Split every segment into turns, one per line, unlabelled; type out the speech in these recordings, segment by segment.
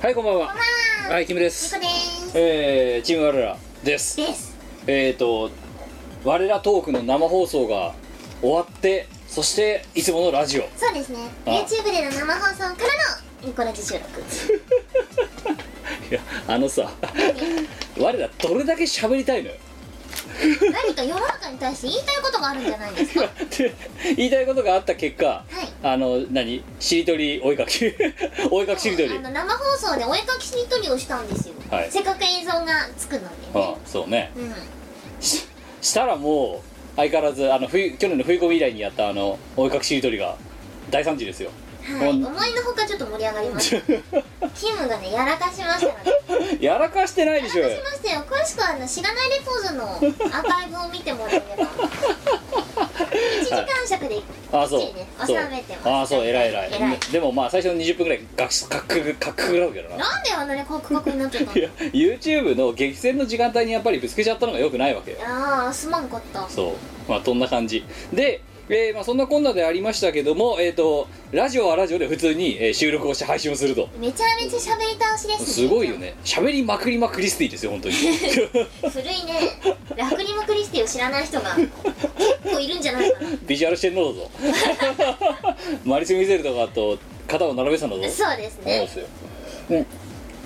はいこんばんは
こんばんは
はいキムです
ゆこです
えー、チーム我らです
です
えっ、ー、と我らトークの生放送が終わってそしていつものラジオ
そうですね
あ
YouTube での生放送からのニコラジ収録
いやあのさ我らどれだけ喋りたいのよ
何か世の中に対して言いたいことがあるんじゃないで すかは
って言いたいことがあった結果あの何しりとりお絵かき お絵か
い
きしりとり
あの生放送でお絵かきしりとりをしたんですよ、
はい
せっかく映像がつくので
あ
ね
そうね
うん
ししたらもう相変わらずあの冬去年の冬込み以来にやったあのお絵かきしりとりが大惨事ですよ
はい、
ほん
思いのほかちょっと盛り上がり ましたキムがねやらかしましたので
やらかしてないでしょ
やらかしましたよ詳しくはあの知らないレポーズのアーカイブを見てもらえれば 一時間尺で
あそう
きっちりね
そう
収めてます
あそう偉い偉い
偉い
でもまあ最初の20分ぐらいガクスカクカクらうけどな
なんであんなにカクカクになっちゃった
い
の
や YouTube の激戦の時間帯にやっぱりぶつけちゃったのがよくないわけよ
ああすまんかった
そうまあそんな感じで、えーまあ、そんなこんなでありましたけどもえっ、とラジオはラジオで普通に、えー収録をして配信をすると
めちゃめちゃ喋り倒しですね
すごいよね喋りまくりまクリスティですよ 本当に
古いねラクリム・クリスティを知らない人が結構いるんじゃないかな
ビジュアルしてんのだ ぞマリス・ミゼルとかと肩を並べてたんだぞ
そうです
そうで
ね
すよ、うん、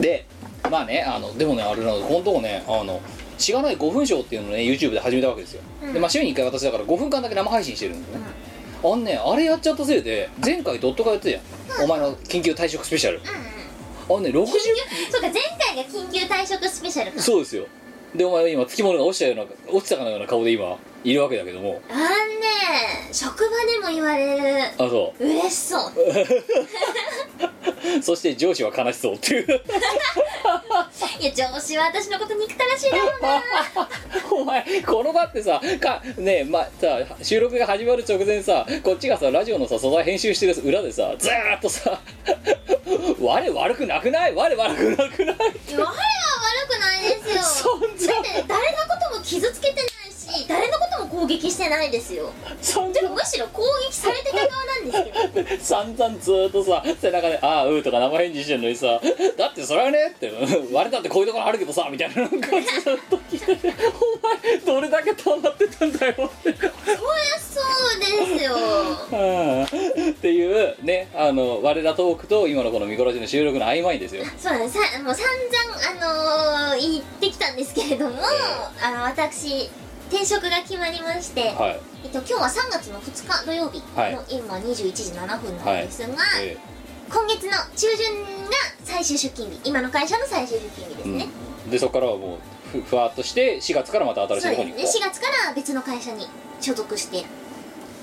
でまあねあのでもねあれなのこのとこねあのしがない5分ショーっていうのをね YouTube で始めたわけですよ、
うん
でまあ週に1回私だから5分間だけ生配信してるんでね、あのねあれやっちゃったせいで前回ドットがやってたじゃん、お前の緊急退職スペシャル
うんうん
あのね60
そうか前回が緊急退職スペシャルか
そうですよでお前は今つきものが落ちたような落ちたかのような顔で今いるわけだけども
あんね職場でも言われる
あそ
嬉しそう
うそして上司は悲しそうっていう
いや上司は私のこと憎たらしいだろうな
お前このだってさかねえまあさ収録が始まる直前さこっちがさラジオのさ素材編集してる裏でさずーっとさ「我悪くなくない我悪くなくない?」
我は悪くないですよ
そん
だ
な
ってね誰のことも傷つけてないし誰のことも攻撃してないですよ
そん
でもむしろ攻撃されてた側なんですけど
な散々ずーっとさ背中で「ああうー」とか生返事してんのにさ「だってそれはね」って「我だってこういうところあるけどさ」みたいななんかずっと来て「お前どれだけ溜まってたんだよ」って。
そりゃそうですよ
うんっていうねあの我らトークと今のこのミコラジの収録の曖昧ですよ
そうなんですさもう散々、あのー言ってきたんですけれども、あの私転職が決まりまして、
はい
えっと、今日は3月の2日土曜日の、
はい
今21時7分なんですが、
え
今月の中旬が最終出勤日今の会社の最終出勤日ですね、
えでそこからはもうふふわっとして4月からまた新しい
そう
と
で
こ
す
に
ね
行こ
4月から別の会社に所属して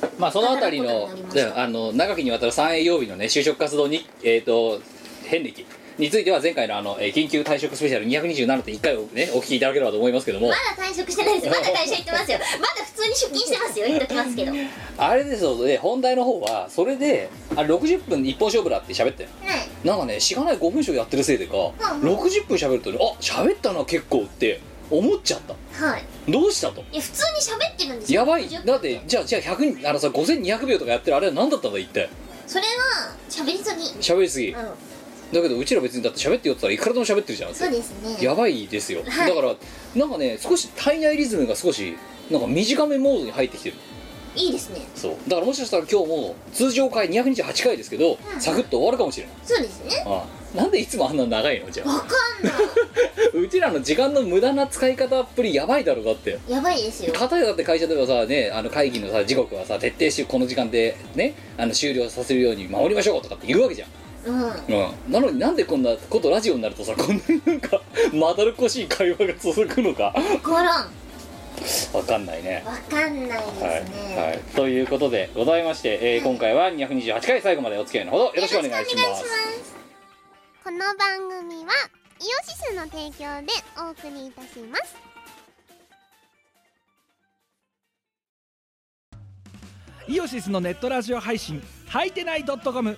うまあそのあたりの
働くことになりました
であの長きにわたる三営曜日のね就職活動にえっ、と遍歴については前回のあのえー緊急退職スペシャル227.1回をねお聞きいただければと思いますけども、
まだ退職してないですまだ会社行ってますよまだ普通に出勤してますよ言っときます けどはい
あれですよで本題の方はそれであ60分一本勝負だって喋ってなんかねしがない5分賞やってるせいでか、
ん
60分喋るとねあ喋ったな結構って思っちゃった
はい
どうしたと
いや普通に喋ってるんですよ
やばい
50
だってじゃあじゃあ100あのさ5200秒とかやってるあれは何だったんだ一体
それは喋りすぎうん
喋りすぎだけどうちら別にだって喋ってよって言ったらいくらでも喋ってるじゃん
そうですね
やばいですよ、
はい
だからなんかね少し体内リズムが少しなんか短めモードに入ってきてる
いいですね
そうだからもしかしたら今日も通常回228回ですけど、
うん
サクッと終わるかもしれない
そうですね
ああなんでいつもあんな長いのじゃあ
わかんな
うちらの時間の無駄な使い方っぷりやばいだろだって
いやばいですよ
かたやだって会社ではさねあの会議のさ時刻はさ徹底してこの時間でねあの終了させるように守りましょうとかって言うわけじゃん、
うんは
うん、なのになんでこんなことラジオになるとさ こんなになんかまだるっこしい会話が続くのか
ごらん
わかんないね
わかんないです
はい、
ね、
はい、ということでございまして、えー今回は228回最後までお付き合いのほどよろしくお願いします
すこの番組はイオシスの提供でお送りいたします
イオシスのネットラジオ配信「はいてない .com」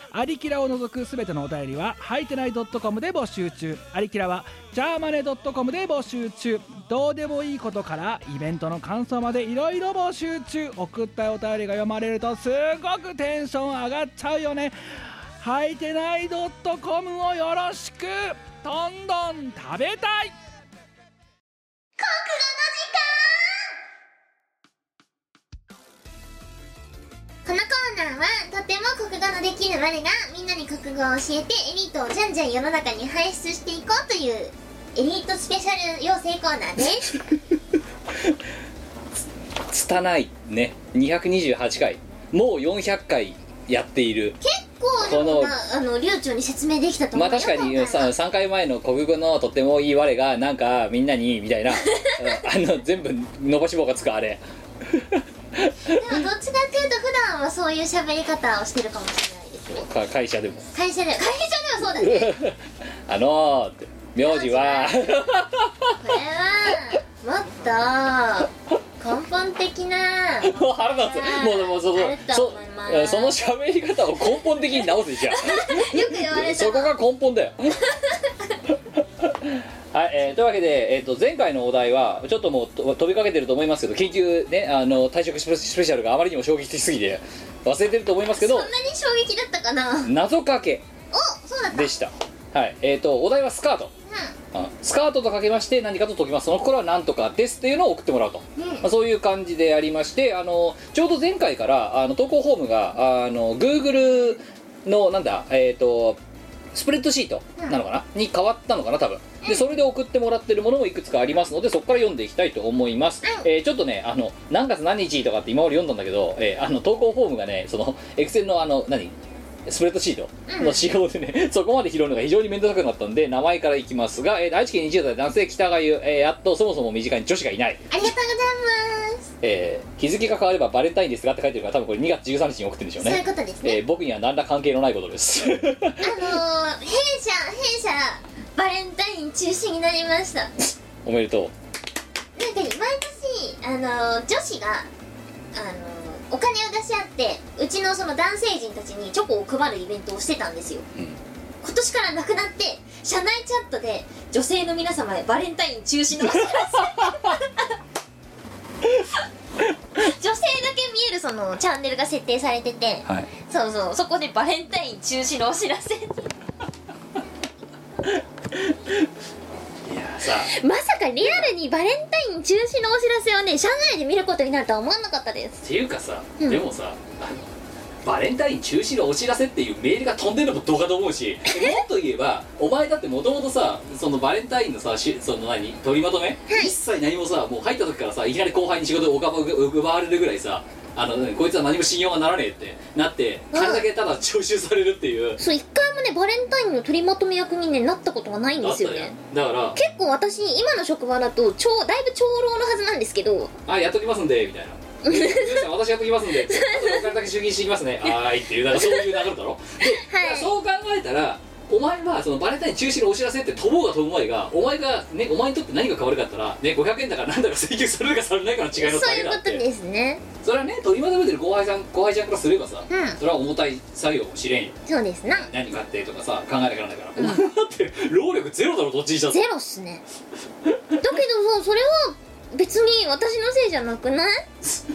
アリキラを除くすべてのお便りは、はいてない .com で募集中。アリキラは、ジャーマネ .com で募集中。どうでもいいことから、イベントの感想までいろいろ募集中。送ったお便りが読まれると、すごくテンション上がっちゃうよね。はいてない .com をよろしくどんどん食べたい
このコーナーはとても国語のできる我がみんなに国語を教えてエリートをじゃんじゃん世の中に輩出していこうというエリートスペシャル養成コーナーです
拙いね228回もう400回やっている
結構でも
この
なあの流暢に説明できたと
ま
思う
あ
よ
確か
今
にさ
回は
3回前の国語のとってもいい我がなんかみんなにみたい なあのあの全部伸ばし棒がつくあれ
でもどっちかっていうと普段はそういう喋り方をしてるかもしれないですね
か会社でも
会社で会社ではそうだね
あのーって名字は
これはもっと根本的な
もう腹立つもうもうその
あると
そ
思います
その喋り方を根本的に直す じゃん
よく言われた
そこが根本だ よはい、えーというわけで、えー、と前回のお題はちょっともうと飛びかけてると思いますけど緊急ねあの退職スペスペシャルがあまりにも衝撃的すぎて忘れてると思いますけ
そん
ど
なに衝撃だったかな
謎かけ
おそうだった
でしたはいえー、とお題はスカートあスカートとかけまして何かと解きますその頃は何とかですっていうのを送ってもらうと、
うん、うん、
まあ、そういう感じでやりましてあのちょうど前回からあの投稿フォームがあの Google のなんだえっ、とスプレッドシートなのかな、に変わったのかな多分でそれで送ってもらってるものもいくつかありますのでそこから読んでいきたいと思います、
うん
えーちょっとねあの何月何日とかって今まで読んだんだけど、えーあの投稿フォームがねそのエクセルのあの何スプレッドシートの仕様でね、 そこまで拾うのが非常に面倒くさくなったんで名前からいきますが、えー愛知県20代男性北がゆ、えーやっとそもそも身近に女子がいない
ありがとうございます、
えー日付が変わればバレンタインですがって書いてるから多分これ2月13日に送ってるんでしょう
そういう
ね
ことです
え
ね、
ー僕には何ら関係のないことです
あのー、弊社弊社バレンタイン中止になりましたなんか
おめでと
毎年あのー、女子があのー、お金を出し合ってうちのその男性陣たちにチョコを配るイベントをしてたんですよ、
うん
今年からなくなって社内チャットで女性の皆様へバレンタイン中止のお知らせ女性だけ見えるそのチャンネルが設定されてて、
うはい
そうそうそこでバレンタイン中止のお知 らせ
いやーさ
まさかリアルにバレンタイン中止のお知らせをね社内で見ることになるとは思わなかったです
っていうかさ、
うん
でもさあのバレンタイン中止のお知らせっていうメールが飛んでるのもどうかと思うしでもっと言えばお前だってもともとさそのバレンタインのさしその何取りまとめ、一切何もさもう入った時からさいきなり後輩に仕事を奪奪われるぐらいさあのこいつは何も信用がならねえってなって彼だけただ徴収されるっていう、
そう一回もねバレンタインの取りまとめ役に、ね、なったことがないん
あ
で
っ
す
た
よ
よ
ね
だから
結構私今の職場だと超だいぶ長老のはずなんですけど
「あやっときますんで」みたいな「ゆうさん私やっときますん で」お金だけ集金してきますね」「はーい」っていうなんかそういう流れだろで、
はい
そう考えたらお前はそのバレンタイン中止のお知らせって飛ぼうが飛ぶまいがお前がねお前にとって何が変わるかって言ったらね500円だからなんだか請求されるかされないかの違いの
そう
だ
い
け
う
だ
こ
っ
と
て
ですね
それはね取りまとめてる後輩さん後輩ちゃんからすればさ、
うん
それは重たい作業もしれんよ
そうですな
何買ってとかさ考えなきゃなんだから、お前だって労力ゼロだろどっちにしたって
ゼロっすねだけどそうそれは別に私のせいじゃなくない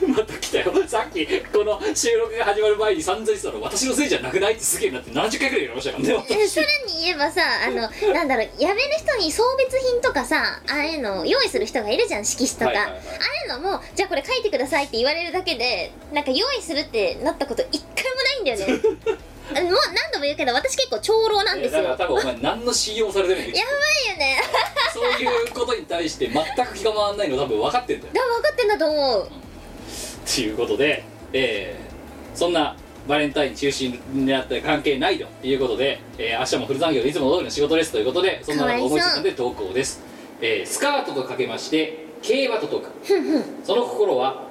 また来たよさっきこの収録が始まる前に散々言ってたの私のせいじゃなくないってすげえなって70回くらい言われましたからね
えさらに言えばさあのなんだろうやめる人に送別品とかさああいうのを用意する人がいるじゃん色紙とか、
はいはいはい
ああいうのもじゃあこれ書いてくださいって言われるだけでなんか用意するってなったこと一回もないんだよねあのもう何度も言うけど私結構長老なんですよ
だ
や
から
ば
多分お前何の信用もされてないんだ
い
よ
よね
そういうことに対して全く気が回らないの多分分かってんだよ
多分分かってんだと思う
ということで、えーそんなバレンタイン中心になって関係ないということで、えー明日もフル残業でいつも通りの仕事ですということでそんなのを思いついたので投稿です、えースカートとかけまして競馬ととかその心は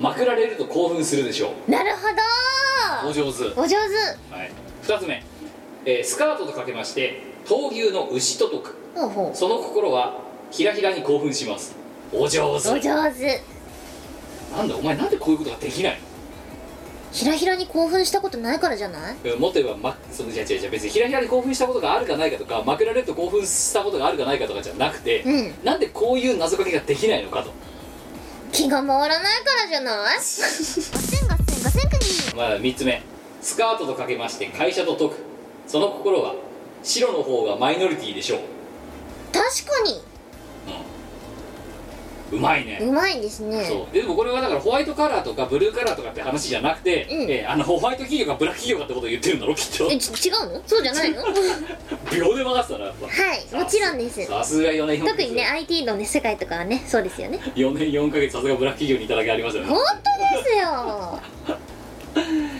まくられると興奮するでしょう
なるほ
お上手
どお上手
はい、 2つ目、えースカートとかけまして闘牛の牛と解く
ほうほ
その心はひらひらに興奮しますお上
うお
手
上手
なんだお前なんでこういうことができない
ひらひらに興奮したことないからじゃない
のうんもっと言えば、ま、そのいや違う違う別にひらひらに興奮したことがあるかないかとかマクラレット興奮したことがあるかないかとかじゃなくて、
うん
なんでこういう謎かけができないのかと
気が回らないからじゃないガセンガセンガセンクニー
まあ、3つ目スカートとかけまして会社と解くその心は白の方がマイノリティでしょう、
確かに
うん、うまいね
うまいですね
そうでもこれはだからホワイトカラーとかブルーカラーとかって話じゃなくて、
うん
えーあのホワイト企業かブラック企業かってことを言ってるんだろきっと
えち違うのそうじ ゃないのはい
秒で分かってたなやっぱ
もちろんです
さすが4年4
特にね IT のね世界とかはねそうですよね
4年4ヶ月さすがブラック企業にいただけありますよね
本当ですよ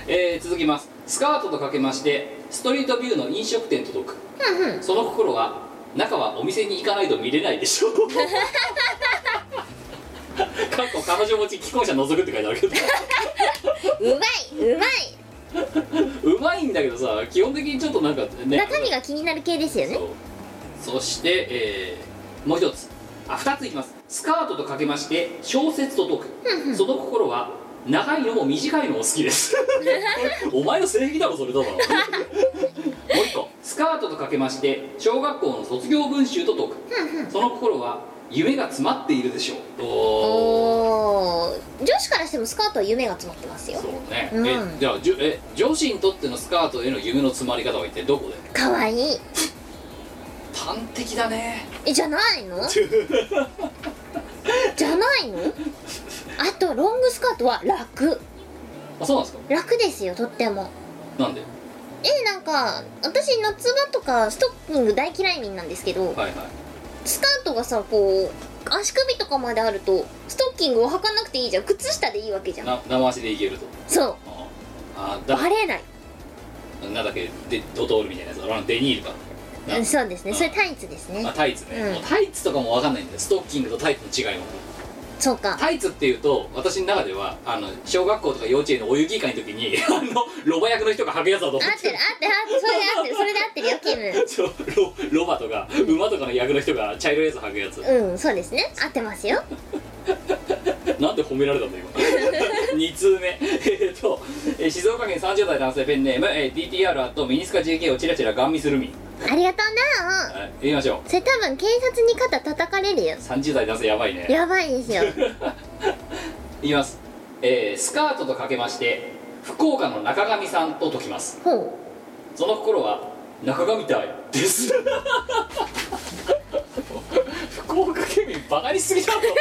えー続きますスカートとかけましてストリートビューの飲食店と解く
ふんふん
その心は中はお店に行かないと見れないで しょうかっこ彼女持ち既婚者除くって書いてあるけど
うまいうまいう
まいんだけどさ基本的にちょっとなんかね
中身が気になる系ですよね
そうそして、えーもう一つあ二ついきますスカートとかけまして小説と解くその心は長いのも短いのも好きです お前の正義だろそれどうだろもう一個スカートとかけまして小学校の卒業文集と解くその心は夢が詰まっているでしょうおー
おー女子からしてもスカートは夢が詰まってますよ
そうね、
うん
えじゃあじゅえ女子にとってのスカートへの夢の詰まり方は一体どこで
かわいい
端的だ ね
えじゃないのじゃないのあとロングスカートは楽
あそうなんです
楽ですよとっても
かなんで
えなんか私夏場とかストッキング大嫌い人なんですけど
はいはい
スカートがさこう足首とかまであるとストッキングを履かなくていいじゃん靴下でいいわけじゃん
な生足でいけると
そう
ああだ
バレない
なんだっけでドトールみたいなやつあのデニールかな
うんそうですね
うん
それタイツですね
あタイツね、
うん
もうタイツとかも分かんないんだよストッキングとタイツの違いも
そうか
タイツっていうと私の中ではあの小学校とか幼稚園のお遊戯会の時に あのロバ役の人が履くやつだと思
合っ
って
てる合ってる合ってるそれで合ってるそれで合ってるよキム
そうロロバとか馬とかの役の人が茶色いやつ履くやつ
うんそうですね合ってますよ
なんで褒められたんだ今2 通目えっとえー静岡県30代男性ペンネーム、えー DTR あとミニスカ JK をチラチラガン見するみ
ありがとうな
はい言いましょう
それ多分警察に肩叩かれるよ
30代男性やばいね
やばいですよ
言います、えースカートとかけまして福岡の中上さんと解きます
ほ
その心は中上たいです 福岡県民バカにしすぎだろいや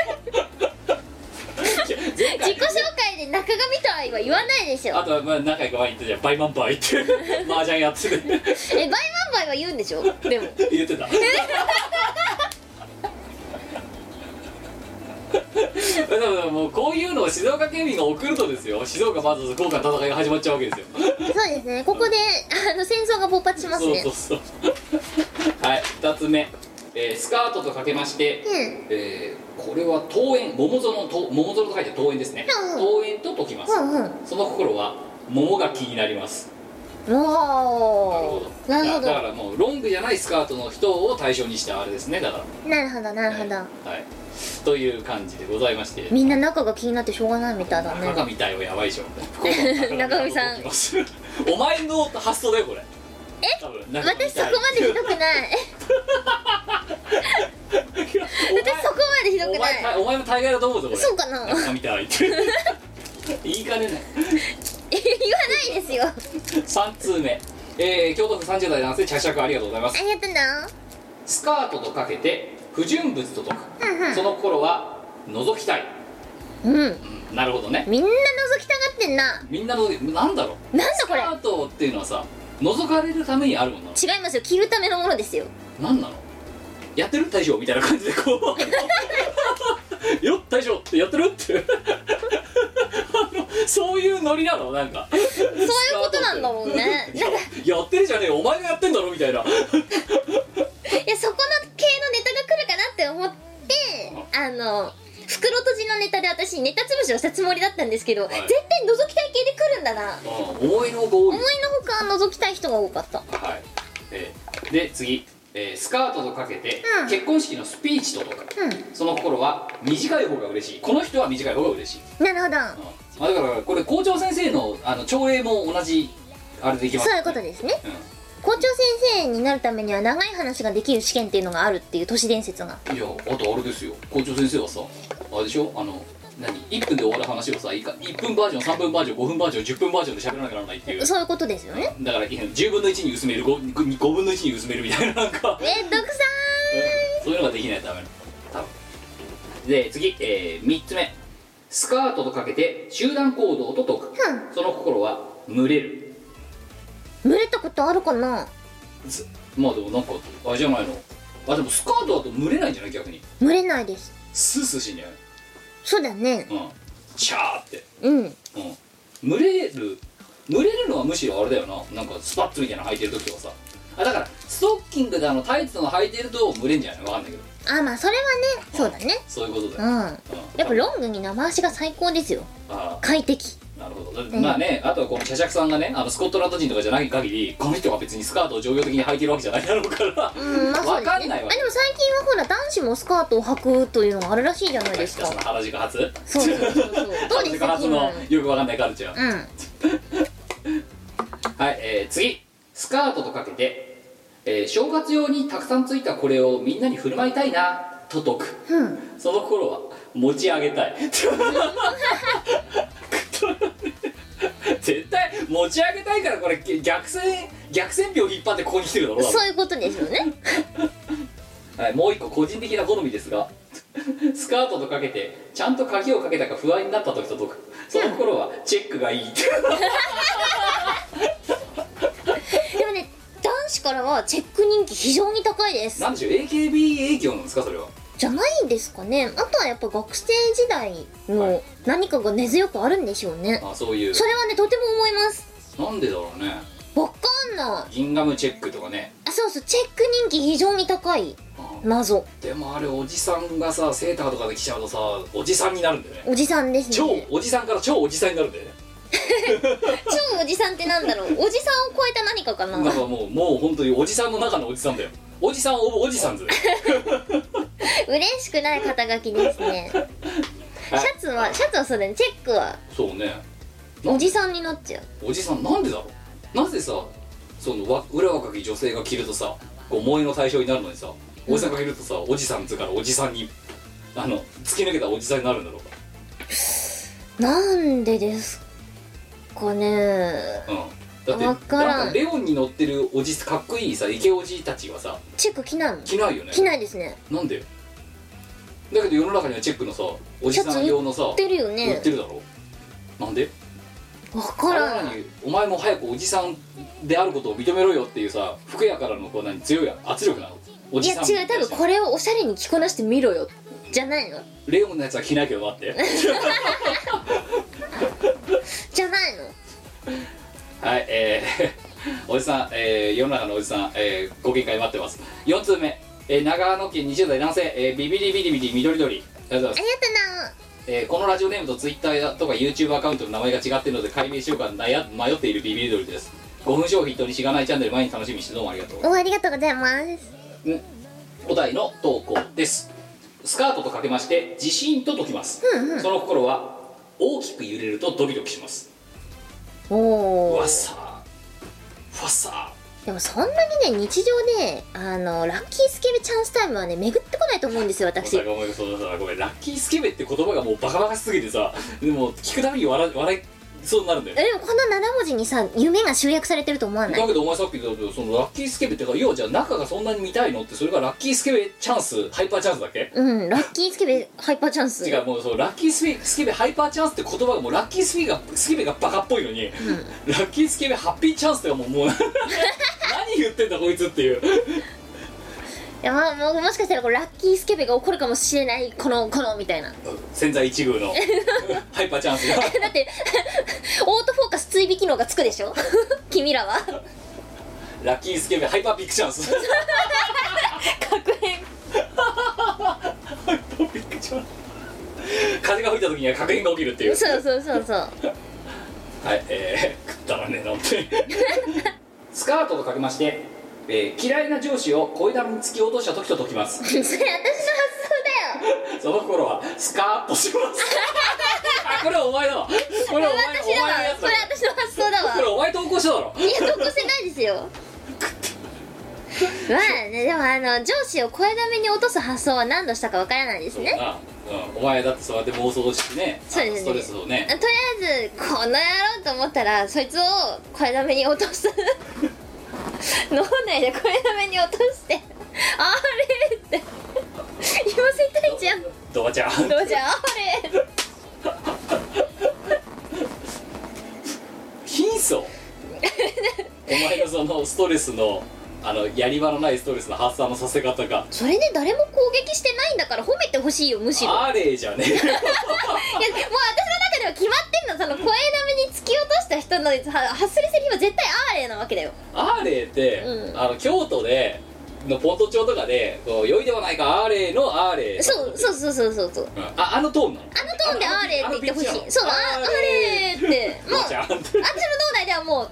前
う自
回
己紹介で中上とは言わないでし
あ
ょ
とはまあ仲良く前に言ったじゃんバイマンバイって麻雀やってて
えバイマンバイは言うんでしょでも
言ってただからもうこういうのを静岡県民が送るとですよ静岡 VS 福岡の戦いが始まっちゃうわけですよ
そうですねここであの戦争が勃発しますね
そうそうそうはい2つ目、えースカートとかけまして、
うん
えーこれは桃園桃園と桃園と書いて桃園ですね、
うんうん
桃園と解きます、
うんうん
その心は桃が気になります
おーなるほ
だ
ど
だからもうロングじゃないスカートの人を対象にしたあれですねだか
なるほどな
ら
るほど
はい、という感じでございまして
みんな中が気になってしょうがないみたいだ
中
ね
みたいはやばいでしょ福岡の
中身さん
解きますお前の発想だよこれえ
私そこまで ひどくない私そこまでひどく
お
な
前
い
たお前も大概だと思うぞこれ
そうかな言わ
中みたいって言いかねない
ないですよあ
3通目えー、京都府30代男性着々ありがとうございます
りがとうな
スカートとかけて不純物と解く、
うんうん
その心は覗きたい
うん
なるほどね
みんな覗きたがってんな
みんなのなんだろう
なんだこれ
スカートっていうのはさ覗かれるためにあるもんなの
違いますよ着るためのものですよ
なんなのやってる大将みたいな感じでこう よっ大将ってやってるって あのそういうノリなのなんかそういう
そういうことなんだもん ねなんか
やってるじゃねえよお前がやってんだろみたいな
いやそこの系のネタが来るかなって思ってあの袋とじじのネタで私ネタ潰しをしたつもりだったんですけど、
い
全編覗きたい系で来るんだな
思いのご多い
思いのほか覗きたい人が多かった
はい、えーで次、えースカートとかけて、
うん
結婚式のスピーチととか
うん
その心は短い方が嬉しいこの人は短い方が嬉しい、
なるほど
まあ、だからこれ校長先生のあの朝礼も同じあれでいきます
そういうことですね
う
校長先生になるためには長い話ができる試験っていうのがあるっていう都市伝説が
んいやあとあれですよ校長先生はさあれでしょあの何1分で終わる話をさいか1分バージョン3分バージョン5分バージョン10分バージョンで喋らなきゃならないっていう
そういうことですよね
だから10分の1に薄める 5, 分の1に薄めるみたいななんか
めんどくさ
そういうのができないとダメなの多分で次、え3つ目スカートとかけて集団行動と解く、
う
その心は群れる
ーい群れたことあるかな
ずまあでもなんかあれじゃないのあでもスカートだと群れないんじゃない逆に
群れないです
スースーしんじゃない
そうだね
うんシャーって
う
う
ん
ん群れる群れるのはむしろあれだよななんかスパッツみたいなの履いてる時とかさあだからストッキングであのタイツの履いてると群れんじゃないわかんないけど
あまあそれはねそうだね
そういうことだ
う
よ、
ん
うん
やっぱロングに生足が最高ですよ
あー
快適
なるほど、
ん
まあねあとはこの社釈さんがねあのスコットランド人とかじゃない限りこの人は別にスカートを常用的に履いてるわけじゃないだろうから
うんまあそうですね
わかんないわ
あでも最近はほら男子もスカートを履くというのがあるらしいじゃないですか
その原宿発
そうそうそうそうどう
原
です
宿
か
発
気分
のよくわかんないカルチャー、
うん
はい、えー次スカートとかけて、えー正月用にたくさんついたこれをみんなに振る舞いたいなと解く
うん
その心は持ち上げたい絶対持ち上げたいからこれ逆線逆線票引っ張ってここに来てるだろ多分
そういうことですよね
はい、もう一個個人的な好みですがスカートとかけてちゃんと鍵をかけたか不安になった時と解くその頃はチェックがいい
でもね男子からはチェック人気非常に高いです
なんでしょう AKB 影響なんですかそれは
じゃないんですかねあとはやっぱ学生時代
は
の
い
何かが根強くあるんでしょうね
あそういう
それはねとても思います
なんでだろうね
わかんない
ギンガムチェックとかね
あそうそうチェック人気非常に高い
うん
謎
でもあれおじさんがさセーターとかで来ちゃうとさおじさんになるんだよね
おじさんですね
超おじさんから超おじさんになるんだよね
超おじさんってなんだろうおじさんを超えた何かかな
なんかもうもう本当におじさんの中のおじさんだよおじさんおおじさんず
嬉しくない肩書きですねシャツはシャツはそうだねチェックは
そうね
おじさんになっちゃう
おじさんなんでだろうなぜさそのわ裏若き女性が着るとさこう萌えの対象になるのにさおじさんが着るとさ、おじさんっつうからおじさんにあの突き抜けたおじさんになるんだろうか
なんでですかね
うんだ
わ
って
からん
なんかレオンに乗ってるおじかっこいいさイケおじたちはさ
チェック着ないの
着ないよね
着ないですね
なんでだけど世の中にはチェックのさおじさん用のさ
売ってるよ
売
ね
ってるだろなんで
わから
あ
ん
なにお前も早くおじさんであることを認めろよっていうさ服屋からのこう何強い圧力なのお
い
じ
や
さん
違う多分これをおしゃれに着こなしてみろよじゃないの
レオンのやつは着なきゃ待って
じゃないの
はいえー、お じさん、えー、世の中のおじさん、えー、ご見解待ってます4通目、えー、長野県20代男性、えー、ビビリビリビリ緑鳥ありがとうございま
あ
す、
りがと
えーこのラジオネームとツイッターとか YouTube アカウントの名前が違っているので解明しようか悩迷っているビビリ鳥です5分消費とにしがないチャンネル毎日楽しみにしてどうもありがとう
なおありがとうございます
お題の投稿ですスカートとかけまして地震と解きます、
うんうん
その心は大きく揺れるとドキドキします
おお
わっさーふわっさ
でもそんなにね日常であのラッキースケベチャンスタイムはね巡ってこないと思うんですよ
ー
私
お互いごめんそうだそうだごめんラッキースケベって言葉がもうバカバカしすぎてさでも聞くたびに笑笑いそうになるんだよ
えでもこの7文字にさ夢が集約されてると思わない
だけどお前さっき言ったけどそのラッキースケベってか要はじゃあ中がそんなに見たいのってそれがラッキースケベチャンスハイパーチャンスだっけ
うんラッキースケベハイパーチャンス
違うもうそのラッキースケベスケベハイパーチャンスって言葉がもうラッキースケベがスケベがバカっぽいのに、ラッキースケベハッピーチャンスってもう もう何言ってんだこいつっていう
いやまあもうもしかしたらこれラッキースケベが起こるかもしれないこのこのみたいなだ
千載一遇のハイパーチャンスが
って オートフォーカス追尾機能がつくでしょ 君らは
ラッキースケベハイパービッグチャンス
確変
ハイパービッグチャンス風が吹いた時には確変が起きるっていう
そうそうそうそう
はいえー、食ったらねえなってスカートとかけまして、えー嫌いな上司を恋だに突き落とした時と解きます
それ私の発想だよ
その心はスカーッとしますあこれはお前だわこれはお前
私だ
お前のや
わ
つ
こ
だ
れ私の発想だ
これ
わ
お前投稿しただろ
いや得してないで すよまあねでもあの上司を声だめに落とす発想は何度したかわからないです
そう
ね
な、うん、お前だってそうやって暴走してね
そうですね
ストレスをね
とりあえずこの野郎と思ったらそいつを声だめに落と す脳内で声だめに落としてあれって言わせたいじゃんど
ドバちゃん
うじゃんあれ
貧相お前のそのストレスのあのやり場のないストレスの発散のさせ方が
それで誰も攻撃してないんだから褒めてほしいよむしろ
あれじゃねえか
いやもう私の中では決まってんのその声だめに突き落とした人のは発するセリフは絶対アーレイなわけだよ
アーレイって、
うん
あの京都でのポント町とかでこう良いではないかアーレイのアーレイ
そうそうそうそうそうそう
うんああのトーンなの
あのトーンでアーレイって言ってほしいそうあアーレイってもう
ドバちゃんって
私の脳内ではもう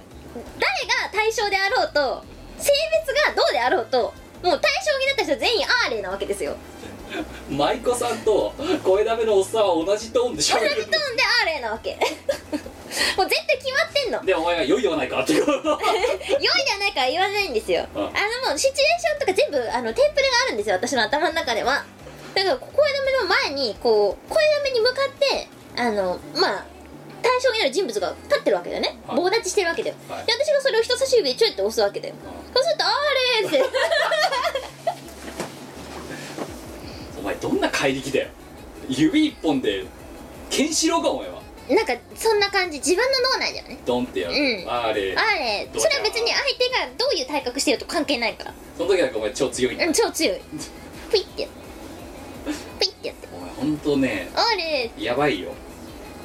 誰が対象であろうと性別がどうであろうともう対象になった人は全員アーレイなわけですよ
舞妓さんと声だめのおっさんは同じトーンでしゃべ
同じ
る
トーンでアーレイなわけ もう絶対決まってんの
でお前が良いではないかっていう
良いじゃないから言わないんですよ
う
あ
ん
のもうシチュエーションとか全部あのテンプレがあるんですよ私の頭の中ではだから声止めの前にこう声止めに向かってあのまあ対象になる人物が立ってるわけだよね、
はい
棒立ちしてるわけだよ、
はい
で私がそれを人差し指でちょいって押すわけだよ、そうすると「あれ」って
お前どんな怪力だよ指一本でケンシロウかお前は
なんかそんな感じ自分の脳内だよね
ドンってやる、
うん
アーレイ
あれそれは別に相手がどういう体格してると関係ないから
その時なんかお前超強いんだ
うん超 強いピッてやってピッてやって
お前ほんとね
「あれ
やばいよ」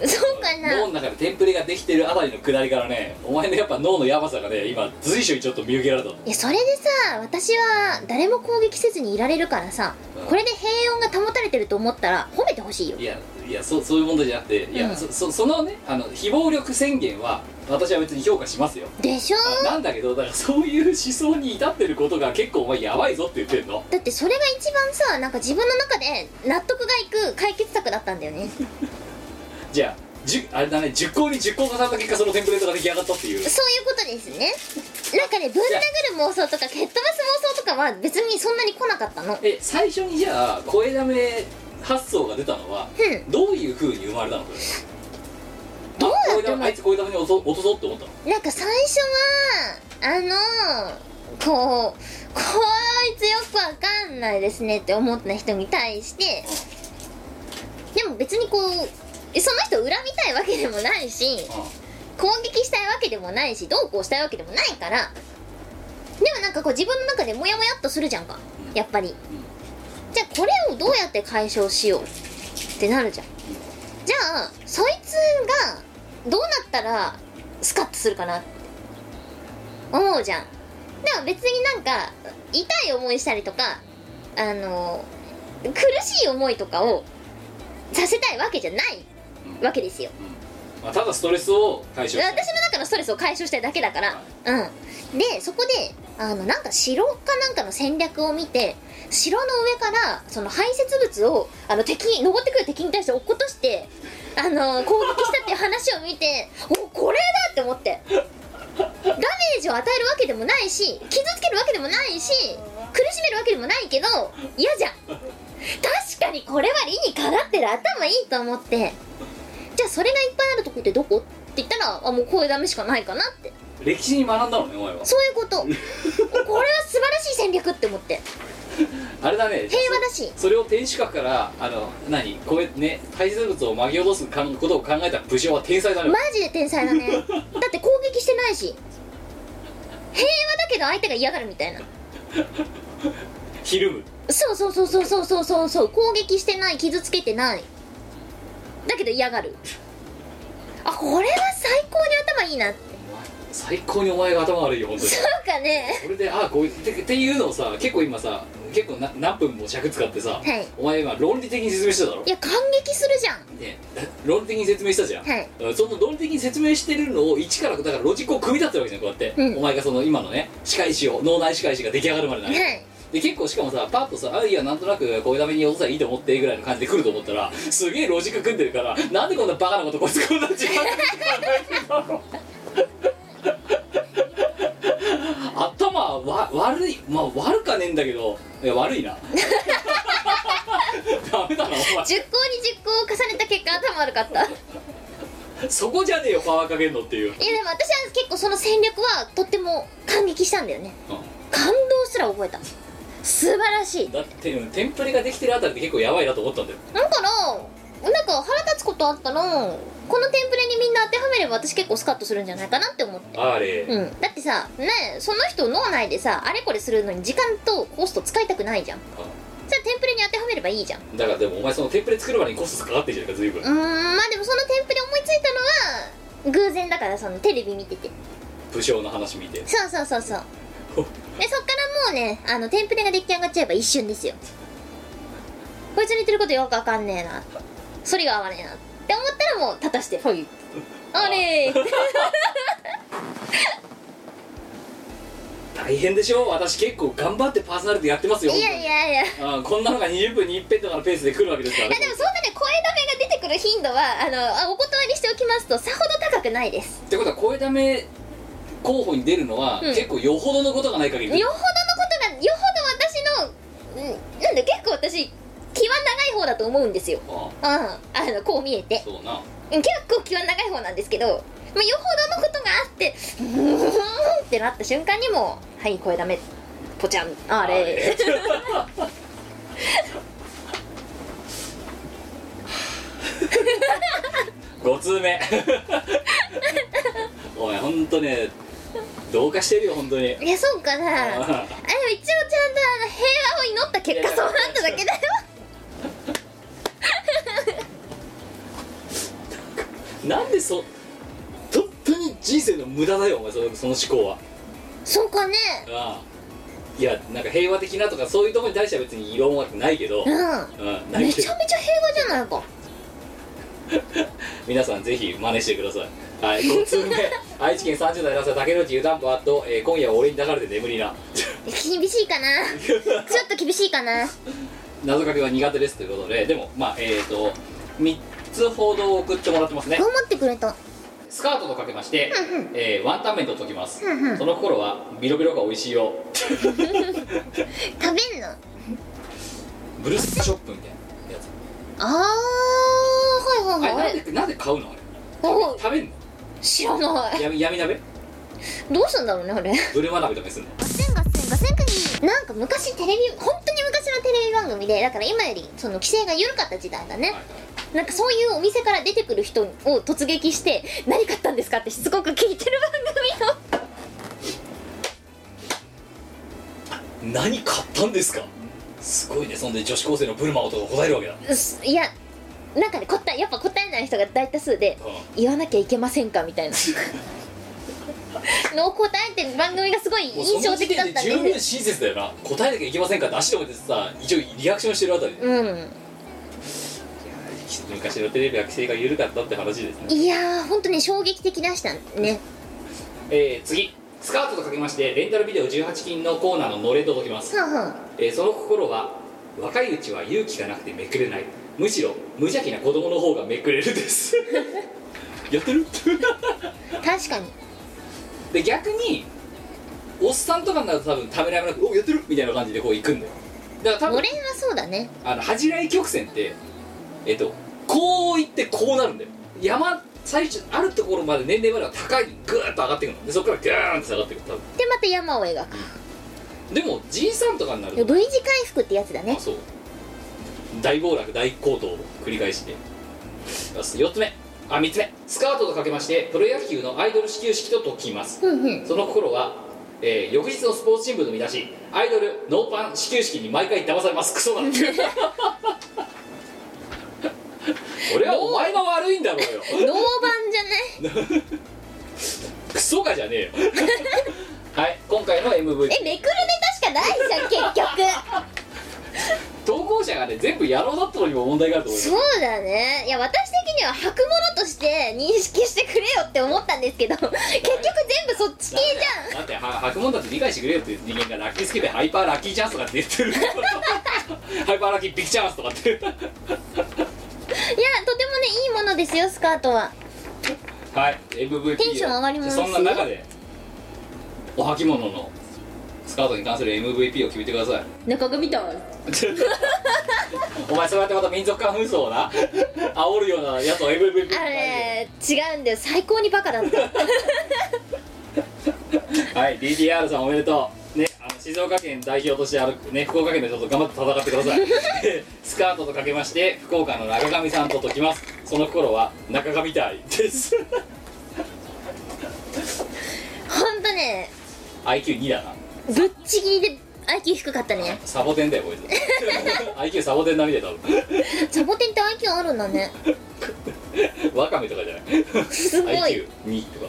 そうかな
脳の中でテンプレができてるあたりの下りからねお前のやっぱ脳のヤバさがね今随所にちょっと見受けられたの
いやそれでさ私は誰も攻撃せずにいられるからさ
うん
これで平穏が保たれてると思ったら褒めてほしいよ
いやいやそそういう問題じゃなくていや、
うん
そそそのねあの非暴力宣言は私は別に評価しますよ
でしょ
なんだけどだからそういう思想に至ってることが結構お前やばいぞって言ってんの
だってそれが一番さなんか自分の中で納得がいく解決策だったんだ よね
じゃあじゅあれだね10項に10項重なった結果そのテンプレートが出来上がったっていう
そういうことですねなんかねぶん殴る妄想とか蹴っ飛ばす妄想とかは別にそんなに来なかったの
え最初にじゃあ声だめ発想が出たのは
うん
どういう風に生まれたのこれ
どうやって
あ声だめあいつ声だめに落と落とそうって思ったの
なんか最初はあのこうこいつよくわかんないですねって思った人に対してでも別にこうえその人を恨みたいわけでもないし
うん
攻撃したいわけでもないしどうこうしたいわけでもないからでもなんかこう自分の中でモヤモヤっとするじゃんかやっぱりじゃあこれをどうやって解消しようってなるじゃんじゃあそいつがどうなったらスカッとするかなって思うじゃんでも別になんか痛い思いしたりとかあの苦しい思いとかをさせたいわけじゃないわけですよ
まあ、ただストレスを解消し
私の
て
中のストレスを解消したいだけだからうんでそこであのなんか城かなんかの戦略を見て城の上からその排泄物をあの敵に登ってくる敵に対して落っことしてあの攻撃したっていう話を見ておこれだって思ってダメージを与えるわけでもないし傷つけるわけでもないし苦しめるわけでもないけど嫌じゃん確かにこれは理にかなってる頭いいと思ってじゃあそれがいっぱいあるとこってどこって言ったらあもう声ダメしかないかなって
歴史に学んだのねお前は
そういうことこれは素晴らしい戦略って思って
あれだね
平和だし
それを天守閣からあの何こうやってね排泄物を巻き落とすかんことを考えた武将は天才だね、
マジで天才だねだって攻撃してないし平和だけど相手が嫌がるみたいな
ひるむ
そうそうそうそうそうそうそうそう攻撃してない傷つけてないだけど嫌がるあこれは最高に頭いいなって
最高にお前が頭悪いよ本当に
そうかね
それでああこういうてっていうのをさ結構今さ結構な何分も尺使ってさ、
はい
お前今論理的に説明しただろ
いや感激するじゃん
ね、論理的に説明したじゃん、
はい
うんその論理的に説明してるのを一からだからロジックを組み立てるわけじゃんこうやって、
うん
お前がその今のね歯科医師を脳内歯科医師が出来上がるまでの
は
間
い
で結構しかもさパッとさ「あいやなんとなくこういうために落とせばいいと思って」ぐらいの感じで来ると思ったらすげえロジック組んでるからなんでこんなバカなことこいつこんな時間かかるの頭は悪いまあ悪かねえんだけどいや悪いな ダメだなお前
10個に10個を重ねた結果頭悪かったいや
そこじゃねえよパワーかけんのっていう、
でも私は結構その戦略はとっても感激したんだよね感動すら覚えた素晴らしい
だってうんテンプレができてるあたりで結構やばいなと思ったんだよ
だからなんか腹立つことあったらこのテンプレにみんな当てはめれば私結構スカッとするんじゃないかなって思って
あれ、
うん、だってさねその人脳内でさあれこれするのに時間とコスト使いたくないじゃんじゃあテンプレに当てはめればいいじゃんう
だからでもお前そのテンプレ作るまでにコストかかってるじゃないか随分、
ーんまあでもそのテンプレ思いついたのは偶然だからそのテレビ見てて
武将の話見て
そうそうそうそう
ほ
でそっからもうねあのテンプレが出来上がっちゃえば一瞬ですよこいつに言ってることよくわかんねえなそりが合わねえなって思ったらもう立たしてほいあれー
大変でしょ私結構頑張ってパーソナリティやってますよ
いやいやいや
あこんなのが20分に一遍とかのペースで来るわけですから
いやでもそんなね声だめが出てくる頻度はあのあお断りしておきますとさほど高くないです
ってことは声だめ候補に出るのは、
うん
結構よほどのことがない限り
よほどのことがよほど私のうんなんで結構私気は長い方だと思うんですよ
あ
うんあのこう見えて
そうな
うん結構気は長い方なんですけど、まあ、よほどのことがあってうーんってなった瞬間にもうはい声ダメポチャンあれ
あれ 5通目おいほんとね同化してるよほんとに
いやそうかなあでも一応ちゃんとあの平和を祈った結果そうなっただけだよ
なんでそ本当に人生の無駄だよお前そのその思考は
そうかね
ああいやなんか平和的なとかそういうところに対しては別に異論はないけど、う
う
ん
ん
ん、ない
め
け
ち
ど
ゃめちゃ平和じゃないか
皆さんぜひ真似してくださいはい5通 目愛知県30代男性竹野内湯たんぽあと、えー今夜は俺に抱かれて眠りな
厳しいかなちょっと厳しいかな
謎かけは苦手ですということででもまあえっ、ー、と3つほど送ってもらってますね
頑張ってくれた
スカートとかけまして、
うんうん
えーワンタン麺と溶きます、
うんうん
その心はビロビロが美味しいよ
食べんのあ
ブルースショップみたいなやつ
あーはいはい
あ
は
れ
い
なんでなんで買うのあれ
おう
食べんの
知らない
闇闇鍋
どうすんだろうねあれ
ブルマ鍋とかにすんの
千合千合千国なんか昔テレビ本当に昔のテレビ番組でだから今よりその規制が緩かった時代だね、
はいはい
なんかそういうお店から出てくる人を突撃して何買ったんですかってしつこく聞いてる 番組の
何買ったんですかすごいねそんで女子高生のブルマ男が答えるわけだ
うっすいやなんかね答えやっぱ答えない人が大多数で言わなきゃいけませんかみた いなのを答えてる番組がすごい
もうそ
印
の
象
時
的だっ
点で
たん
十
で
分親切だよな答えなきゃいけませんかって足止めてさ一応リアクションしてるあたりで
うん
昔のテレビは規制が緩かったって話ですね
いやー本当に衝撃的でしたね
えー、次スカートとかけましてレンタルビデオ18金のコーナーののれんと解きます
はあはあ
えーその心は若いうちは勇気がなくてめくれないむしろ無邪気な子供の方がめくれるです やってる
確かに
で逆におっさんとかになると多分ためらいもなく「おやってる!」みたいな感じでこう行くんだよだから多
俺
分
はそうだね
あの恥じらい曲線ってえっとこう行ってこうなるんだよ山最初あるところまで年齢までは高いグーッと上がっていくのでそこからグーンって下がっていく多分
でまた山を描く
でもじいさんとかになる
V
と
字回復ってやつだね
あそう大暴落大高騰を繰り返して4つ目あ3つ目スカートとかけましてプロ野球のアイドル始球式と解きます
ふんふん
その心は、えー翌日のスポーツ新聞の見出しアイドルノーパン始球式に毎回騙されますクソだ俺はお前が悪いんだろうよ
銅板じゃない
クソがじゃねえよはい今回の MVP
えめくるネタしかないじゃん結局
全部野郎だったのにも問題があると思います
そうだねいや私的には履くものとして認識してくれよって思ったんですけど結局全部そっち系じ ゃ
だ
ん
っては白門だって理解してくれよって人間がラッキースケベハイパーラッキーチャンスとかって言ってるハイパーラッキービッグチャンスとかって
いやとてもねいいものですよスカートは
はい、MVP
テンション上がります
そんな中でお履物のスカートに関する MVP を決めてくだ さい
中髪と
お前そうやってまた民族間紛争をな煽るようなやつを MVP
あれ違うんだよ最高にバカだった
はい DDR さんおめでとうねあの静岡県代表としてあるね福岡県でちょっと頑張って戦ってください スカートとかけまして福岡の中上さんと解きますその心は中上隊です
ほんとね
IQ2 だな
ぶっちぎりで IQ 低かったね
サボテンだよ こいつ IQ サボテン並みだよ多
サボテンって IQ あるんだね
分ワカメとかじゃない
すごい
IQ2 と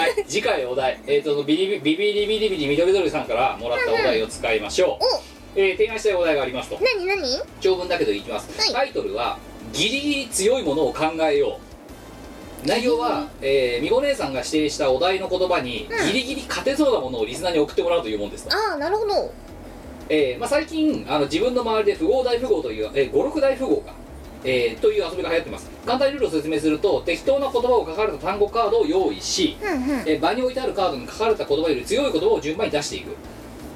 かはい次回お題えっ、とビリビビビリビリビリみどりどりさんからもらったお題を使いましょう、えー提案したいお題がありますと
なになに
長文だけどいきます、
はい
タイトルは「ギリギリ強いものを考えよう」内容は、えー、みご姉さんが指定したお題の言葉に、
うん
ギリギリ勝てそうなものをリスナーに送ってもらうというもんですと
ああなるほど
えーまあ、最近あの自分の周りで富豪大富豪という、えー、56大富豪か、えーという遊びが流行ってます簡単にルールを説明すると適当な言葉を書かれた単語カードを用意し、
うんうん
えー場に置いてあるカードに書かれた言葉より強い言葉を順番に出していく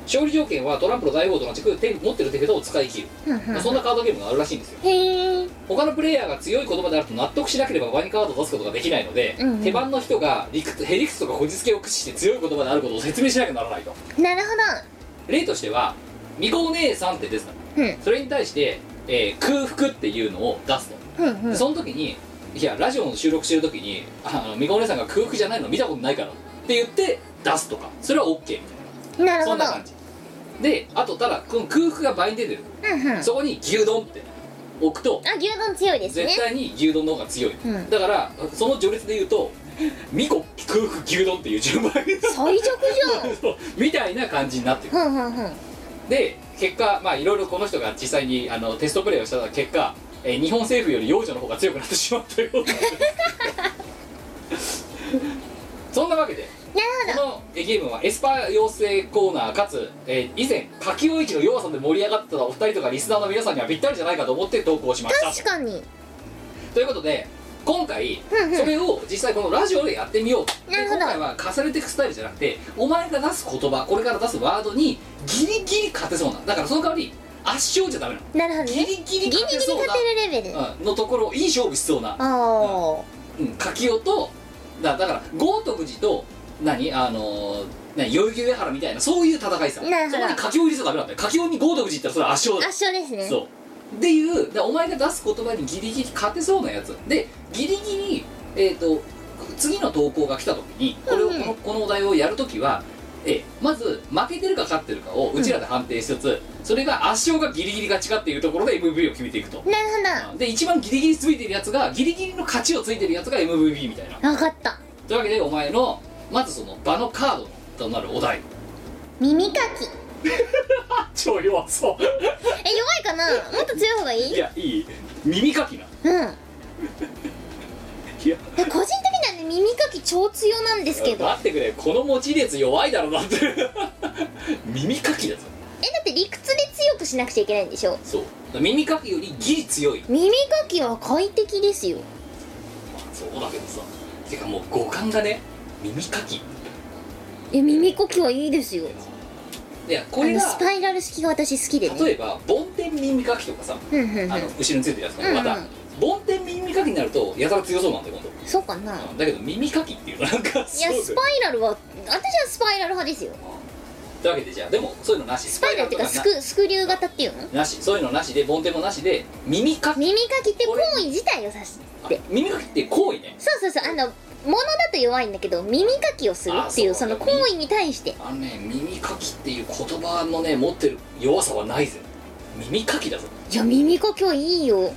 勝利条件はトランプの大富豪と同じく手持ってる手札を使い切る、
うん
ま
う
あ
ん
そんなカードゲームがあるらしいんですよ
へえ
他のプレイヤーが強い言葉であると納得しなければ場にカードを出すことができないので、
うんうん
手番の人が理屈へ理屈とかこじつけを駆使して強い言葉であることを説明しなきゃならない と
なる
例としては「みこお姉さん」って出てた
ほどうん
それに対して、えー空腹っていうのを出すと、
うんうん
その時にいやラジオの収録してる時にあのみこお姉さんが空腹じゃないの見たことないからって言って出すとかそれは OK みたい
な
な
る
そ
ほ
ん
ど
な感じであとただこの空腹が倍に出てる、
うんうんあ
そこに牛丼って置くと
牛丼強いですね
絶対に牛丼の方が強い、
うん
だからその序列で言うとみこ空腹牛丼っていう順番
最弱 じ
みたいな感じになってくる
ゃんふんふんふん
で結果まあいろいろこの人が実際にあのテストプレイをした結果、えー日本政府より幼女の方が強くなってしまったようなん ですそんなわけで
なる
このえゲームはエスパー養成コーナーかつ、えー以前下級域の弱さで盛り上がったお二人とかリスナーの皆さんにはぴったりじゃないかと思って投稿しました
確かに
ということで今回
うんうん
それを実際このラジオでやってみようとで
なるほど
今回は重ねていくスタイルじゃなくてお前が出す言葉これから出すワードにギリギリ勝てそうなだからその代わり圧勝じゃダメなの
なるほど
ギ
ね
リギリ
ギリギリ
勝て
勝
そうな
てるレベルあ
うんのところをいい勝負しそうな、
あ
うん、書きとだだから豪徳寺と何あのー何代々木上原みたいなそういう戦いさそこ
なる
に
ほど
書きを入れちゃダメなんだよ書きに豪徳寺行ったらそれは圧勝だ
圧勝ですね
そうっていうだからお前が出す言葉にギリギリ勝てそうなやつでギリギリえっ、と次の投稿が来た時にこれを
う
こ
んうん
のこのお題をやる時はえまず負けてるか勝ってるかをうちらで判定しつつ、それが圧勝がギリギリ勝ちかっていうところで MVP を決めていくと
なる
で一番ギリギリついてるやつがギリギリの勝ちをついてるやつが MVP みたいな
ほど分かった
というわけでお前のまずその場のカードとなるお題
耳かき
超弱そ
え弱いかなもっと強い方がいう い
いやいい耳かきな
うん
いや
で個人的にはね耳かき超強なんですけどえだ
待ってくれこの持ち列弱いだろだって耳かきだぞ
って理屈で強くしなくちゃいけないんでしょ
そう耳かきよりギリ強い
耳かきは快適ですよ
そうだけどさてかもう五感がね耳かき
いや耳かきはいいですよ
いやこ
あ
れ
の
が
スパイラル式が私好きでね
例えば梵天耳かきとかさ
うんうんう
あ
ん
の後ろについてるやつとか
うんうん
また梵天耳かきになるとやたら強そうなんだよ今
そうかな
度、うんだけど耳かきっていうのなんか
いや
そう
スパイラルは私はスパイラル派ですよ
というわけでじゃあでもそういうのなし
スパイラルっていうか
ス
ス
パイラルと
クスクリュー型っていうの
ななしそういうのなしで梵天もなしで耳かき
耳かきって行為自体を指す
あ
って
耳かきって行為ね
そうそうそうあの物だと弱いんだけど耳かきをするっていう
あそ
そうの行為に対して
あのね耳かきっていう言葉のね持ってる弱さはないぜ耳かきだぞ
いや耳かきはいいよ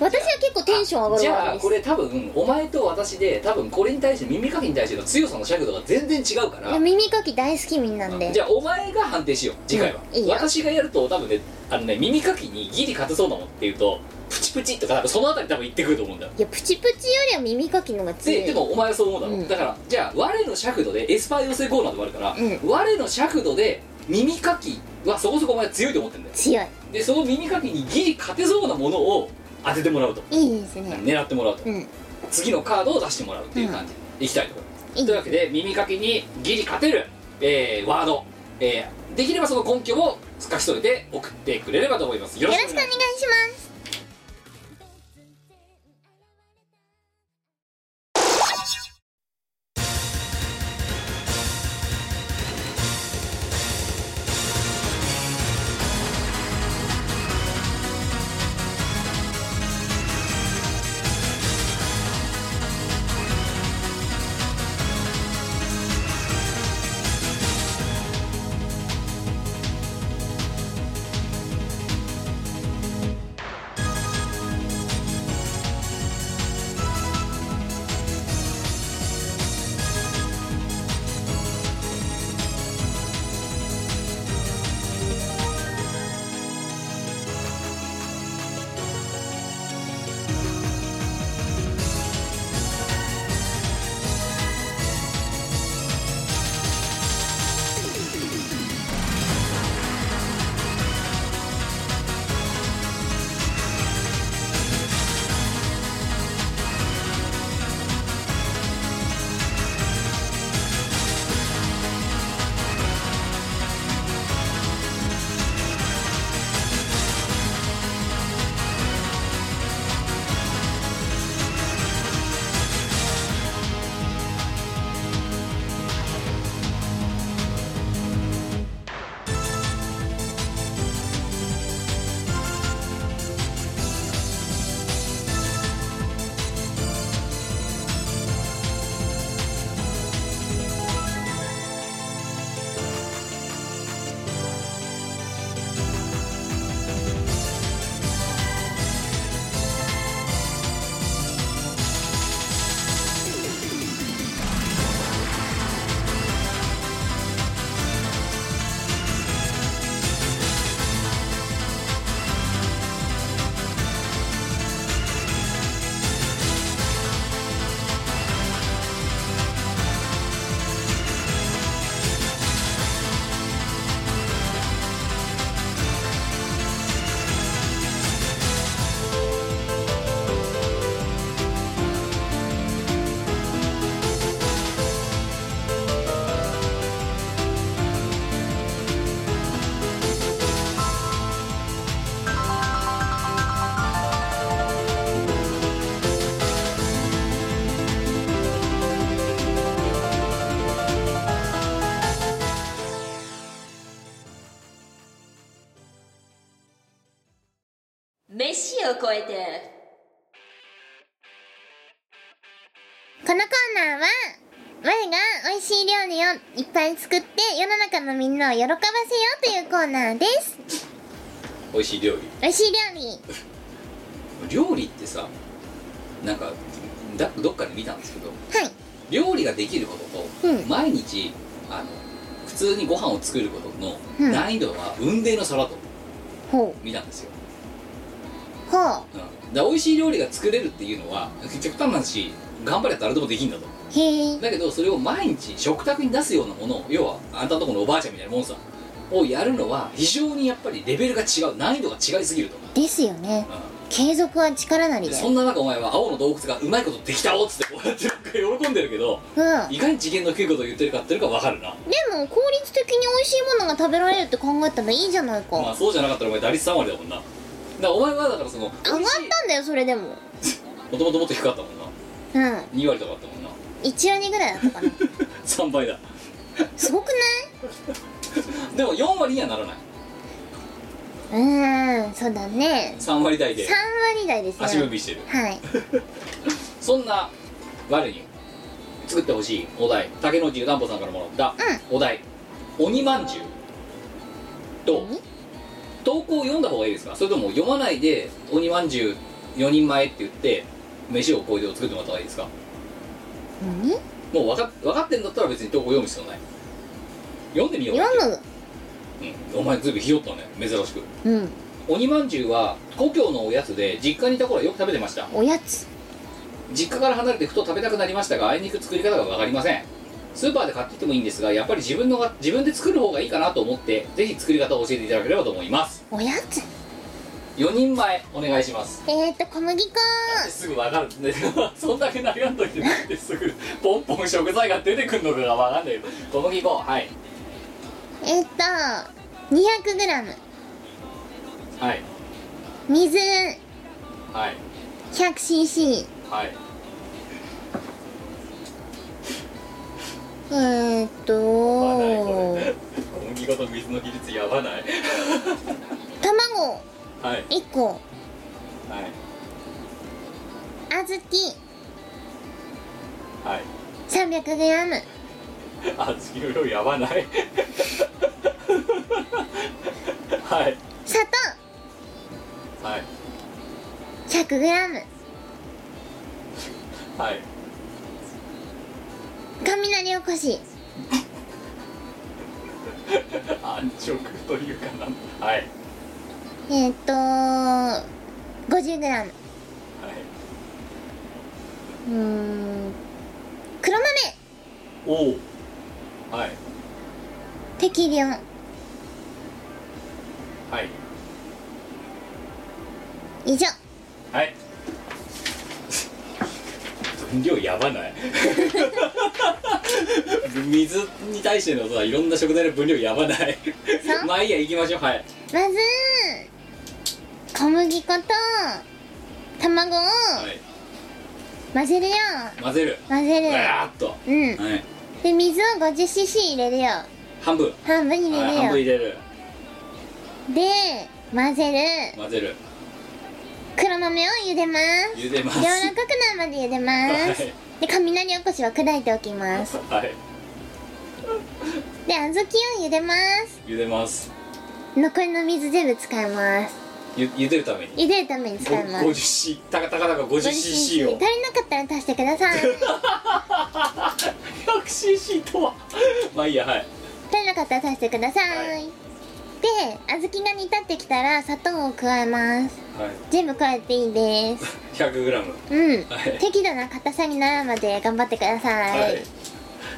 私は結構テンション上が
じ
る
ゃ
わ
あ
けで
こ
す
れ多分お前と私で多分これに対して耳かきに対しての強さの尺度が全然違うか
い
ら
や耳かき大好きみんなんで
じゃあお前が判定しよう次回は、
うんいいよ
私がやると多分ねあのね耳かきにギリ勝てそうなもんって言うとプチプチとか多分そのあたり多分言ってくると思うんだよ
いやプチプチよりは耳かきの方が強
で
い
でもお前はそう思うだろ、
うん
だからじゃあ我の尺度でエスパー養成コーナーでもあるから、
う
我の尺度で耳かきはそこそこお前は強いと思ってんだよ
強い
でその耳かきにギリ勝てそうなものを当ててもらうと
いいですね
狙ってもらうと
うん
次のカードを出してもらうっていう感じでいきたいところ
いい
というわけで耳かきにギリ勝てる、えーワード、えーできればその根拠を書き添えて送ってくれればと思いますよ
よろしくお願いします
飯を超えて
このコーナーは我が美味しい料理をいっぱい作って世の中のみんなを喜ばせようというコーナーです
美味しい料理
美味しい料理
料理ってさなんかだどっかで見たんですけど
はい
料理ができることと、
うん
毎日あの普通にご飯を作ることの
うん
難易度は雲泥の差だと
ほ
見たんですよ、
うほ
うん、だから美味しい料理が作れるっていうのは極端な話頑張れば誰でもできるんだと
うへえ
だけどそれを毎日食卓に出すようなものを要はあんたのとこのおばあちゃんみたいなもんさをやるのは非常にやっぱりレベルが違う難易度が違いすぎると、
ですよね
う
継続は力なり
ん、
だ
そ
よ
んな中お前は青の洞窟がうまいことできたおっつってこうやってなんか喜んでるけど
うん
いかに次元の低いことを言ってるかっていうのが分かるな、
でも効率的に美味しいものが食べられるって考えたらいいじゃないか、
まあそうじゃなかったらお前打率3割だもんなだからお前はだからその
上がったんだよそれでも
もともともっと低かったもんな
うん
2割とかあったもんな
1割ぐらいだったかな
3倍だ
すごく
でも4割にはならない
ないうーんそうだね
3割台で
3割台です
足
ね
踏みしてる
はい
そんな我に作ってほしいお題竹野内湯たんぽさんからもらったお題「鬼まんじゅう」と
鬼
投稿を読んだ方がいいですかそれとも読まないで「鬼まんじゅう4人前」って言って飯をこういうを作ってもらった方がいいですか
鬼
もう分かっ分かってんだったら別に投稿読む必要ない読んでみよう
読む
うん、お前ずいぶんひよったね珍しく
うん
鬼まんじゅうは故郷のおやつで実家にいた頃はよく食べてました
おやつ
実家から離れてふと食べたくなりましたがあいにく作り方が分かりませんスーパーで買ってきてもいいんですがやっぱり自分のが自分で作る方がいいかなと思ってぜひ作り方を教えていただければと思います
おやつ
4人前お願いします
えーと小麦粉
すぐ分かるんで そんだけ悩んどいてなんですぐポンポン食材が出てくるのかが分かんないよ小麦粉はい
えーと 200g
はい
水
はい
100cc
はい
えーと
小麦粉と水の比率やばない
卵
はい
1個
はい
小豆
はい
300g
あ月の量やばない はい
砂糖
はい
100g
はい
雷おこし
安直というかなはい
えーと 50g
はい、
うーん黒豆
おおはい
適量
はい
以上
はい分量やばない 水に対してのさいろんな食材の分量やばない
そう
まあいいや行きましょうはい
まず小麦粉と卵を
はい
混ぜるよ
混ぜる
混ぜ
う
る
わーっと
うん
はい
で水を 50cc 入れるよ
半分
半分入
はい半
れ
分
るよ
入れる
で混ぜる
混ぜる
黒豆を茹でます
茹でます
柔らかくなるまで茹でます、
はい
で雷おこしは砕いておきます
はい
で小豆を茹でます
茹でます
残りの水全部使います
ゆ茹でるために
茹でるために使います
50cc たかたかたか 50cc を
足りなかったら足してください
100cc とは まあいいやはい
足りなかったら足してください、
はい
で小豆が煮立ってきたら砂糖を加えます
はい
全部加えていいです
100g
うん、
はい
適度な硬さになるまで頑張ってください、
はい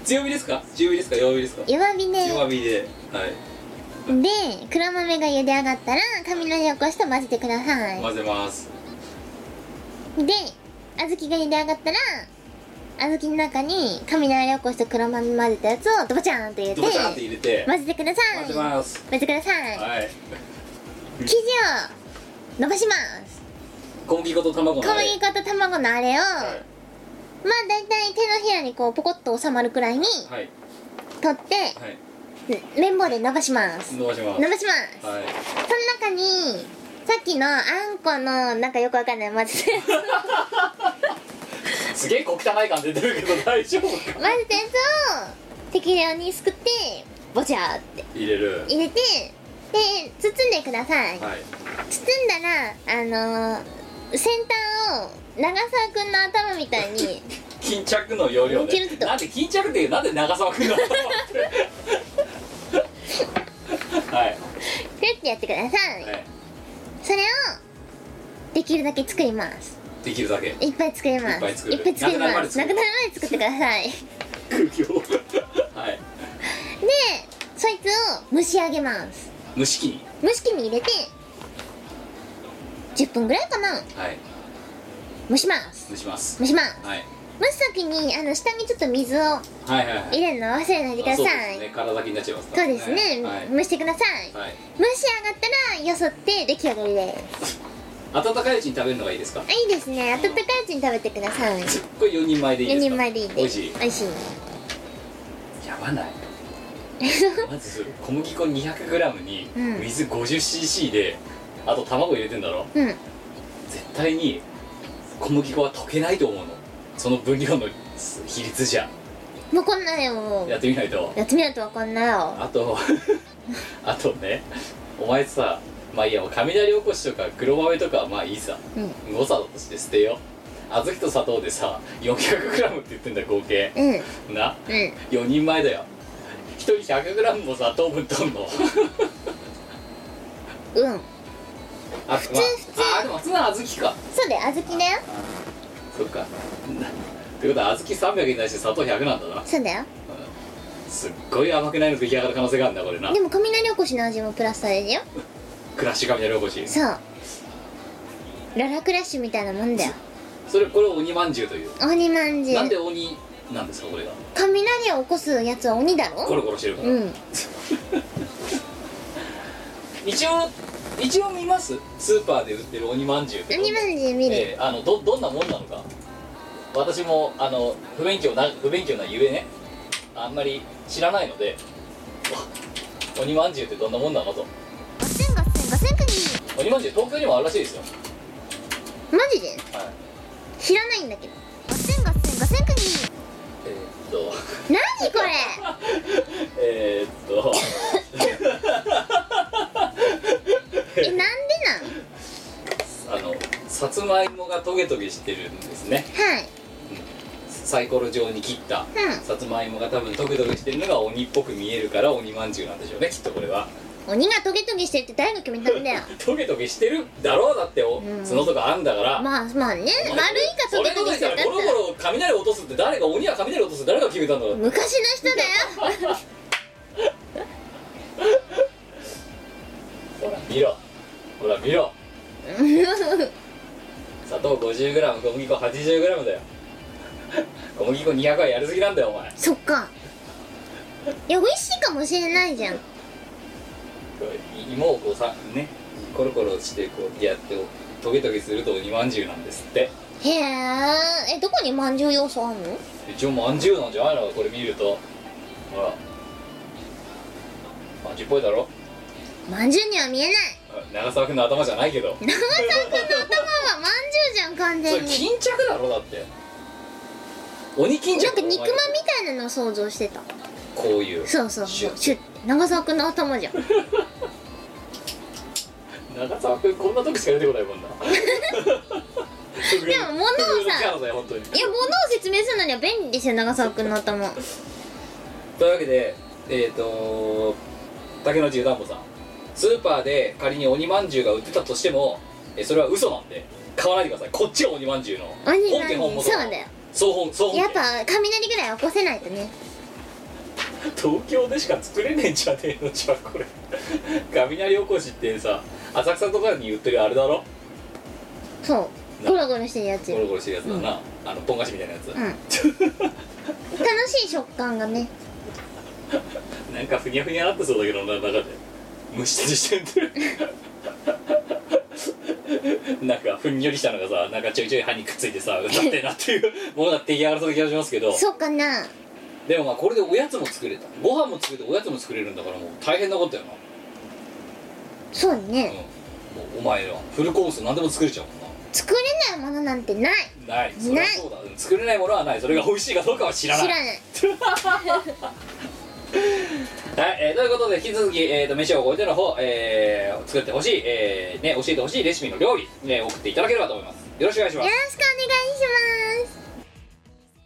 強火ですか強火ですか弱火ですか
弱火で
弱火ではい
で黒豆が茹で上がったら雷おこしと混ぜてください
混ぜます
で小豆が茹で上がったら小豆の中に雷おこしと黒豆混ぜたやつをドボチャーンと入れて
ドバチャンって入れて
混ぜてください
混ぜます
混ぜてください、
はい
生地を伸ばします
小麦粉と卵
小
のあれ
麦粉と卵のあ
は
れを、
い
まあ大体手のひらにこうポコッと収まるくらいに
はい
取って
はい
綿棒で伸ばします
伸ばしま
伸ばします
すはい
その中にさっきのあんこのなんかよくわかんない混ぜて 混ぜ
すげえ小汚い感出てるけど大丈夫か
たやつを適量にすくってボチャーって
入れる
入れてで包んでください包ん
はい
だらあのー、先端を長澤くんの頭みたいに
巾着の容量
巾
で
着と
なんで巾着っていうなんで長澤君なのはい
ふってやってください、
はい
それをできるだけ作ります
できるだけ
いっぱい作りま
い
す
っぱい作る
っぱい作り
なくなるま
ま
です作
な
る
くなるまで作ってくださいで
苦行はい
そいつを蒸し上げます
蒸し器に
蒸し器に入れて10分ぐらいかな
はい
蒸します
蒸します
蒸します
はい
蒸す時にあの下にちょっと水を
はいはいはい
入れるの忘れないでくだ
あそう
さ
です
い
ね体になっちゃいますか
そう
ら
ですね、
はい、
蒸してください、
はい、
蒸し上がったらよそって出来上がりです
温かいうちに食べるのがいいですか
あいいですね温かいうちに食べてください
これ4人前でいい
4
ですか
人前でいいです
美味しい
美味しい
やばない まず小麦粉 200g に
うん
水 50cc で、あと卵入れてんだろ
うん
絶対に小麦粉は溶けないと思うのその分量の比率じゃ
もうこんなよ
やってみないと
やってみないとわかんないよ
あと あとねお前さまあいいや雷おこしとか黒豆とかはまあいいさ
うん
誤差だとして捨てよ小豆と砂糖でさ 400g って言ってんだ合計
うんうん
な4人前だよ1人 100g もさ糖分取んの
うん
あ普
通 普通
あでも普通の小豆か
そうだよ小豆だよ
そっかなってことは小豆300に対して砂糖100なんだな
そうだよ
すっごい甘くないの出来上がる可能性があるんだこれな
でも雷おこしの味もプラスされるよ
クラッシュ雷おこし
そうララクラッシュみたいなもんだよ
それこれを鬼まんじゅうという
鬼まんじゅ
なんで
う
鬼なんですかこれが
雷を起こすやつは鬼だ
ゴ
ろ
ロゴロしてるから、
うん
一応一応見ますスーパーで売ってる鬼まんじゅうって
鬼まんじゅう見る、
ええあのどどんなもんなのか私もあの不勉強な不勉強なゆえねあんまり知らないのでわ鬼まんじゅうってどんなもんなのと
ガッセンガッセンガッセンクニ
鬼まんじゅう東京にもあるらしいですよ、
ーマジで
はい
知らないんだけどガッセンガッセンガッセンクニー
えーっと
何これ
えーっと
えなんでなん
あのさつまいもがトゲトゲしてるんですね
はい
サイコロ状に切った
うん
さつまいもが多分トゲトゲしてるのが鬼っぽく見えるから鬼まんじゅうなんでしょうねきっとこれは
鬼がトゲトゲしてるって誰が決めたんだよ
トゲトゲしてるだろうだってお
うん
角とかあんだから、
まあまあね
お前
丸いかトゲトゲしてる
そ
か
れとか言ったらゴロゴロ雷落とすって誰が鬼は雷落とすって誰が決めたんだろう
昔の人だよ
ほら見ろほら見ろ砂糖 50g 小麦粉 80g だよ小麦粉200はやりすぎなんだよお前
そっかいや美味しいかもしれないじゃん
芋をこうさねコロコロしてこうやってトゲトゲすると鬼まんじゅうなんですって
へええどこにまんじゅう要素あんの
一応まんじゅうなんじゃないのこれ見るとほらまんじゅうっぽいだろ
まんじゅうには見えない
長澤君の頭じゃないけ ど
長澤君の頭はまんじゅうじゃん完
それ
全に
巾着だろだって鬼巾着
なんか肉まんみ
お前
たいなのを想像してた
こういう
そうそう
シ
そ
ュ
う
ッ
シュッて長澤君の頭じゃん
長澤君こんなとこしか出てこないもん な
でも物をさ
特別なキャラだよ本当に
いや物を説明するのには便利ですよ長澤君の頭
というわけでえっ、と竹野内湯たんぼさんスーパーで仮に鬼まんじゅうが売ってたとしてもえそれは嘘なんで買わないでくださいこっちは鬼まんじゅうの
鬼
本家本物
そうだよ
総本総本家
やっぱ雷ぐらい起こせないとね
東京でしか作れねえんじゃねえのじゃあこれ 雷おこしってさ浅草とかに売ってるあれだろ
そう
な
ゴロゴロしてるやつ
ゴ
よ
ロゴロしてるやつだな、あのポン菓子みたいなやつ、
うん楽しい食感がね
なんかふにゃふにゃなってそうだけどな中で蒸したりしてるなんかふんよりしたのがさなんかちょいちょい歯にくっついて さ歌ってえなっていうものが出来上がりそうな気がしますけど
そうかな
でもまあこれでおやつも作れたご飯も作れておやつも作れるんだからもう大変なことやな、
そう
うん
ね
もうお前はフルコース何でも作れちゃうもんな
作れないものなんてない
ないそれはそうだうん作れないものはないそれが美味しいかどうかは知
知
ら
ら
ない
ない
はい、えーということで引き続き、えー、と飯を超えての方、えー作ってほしい、えーね、教えてほしいレシピの料理、ね、送っていただければと思いますよろしくお願いしま
よろ
す
しくお願いします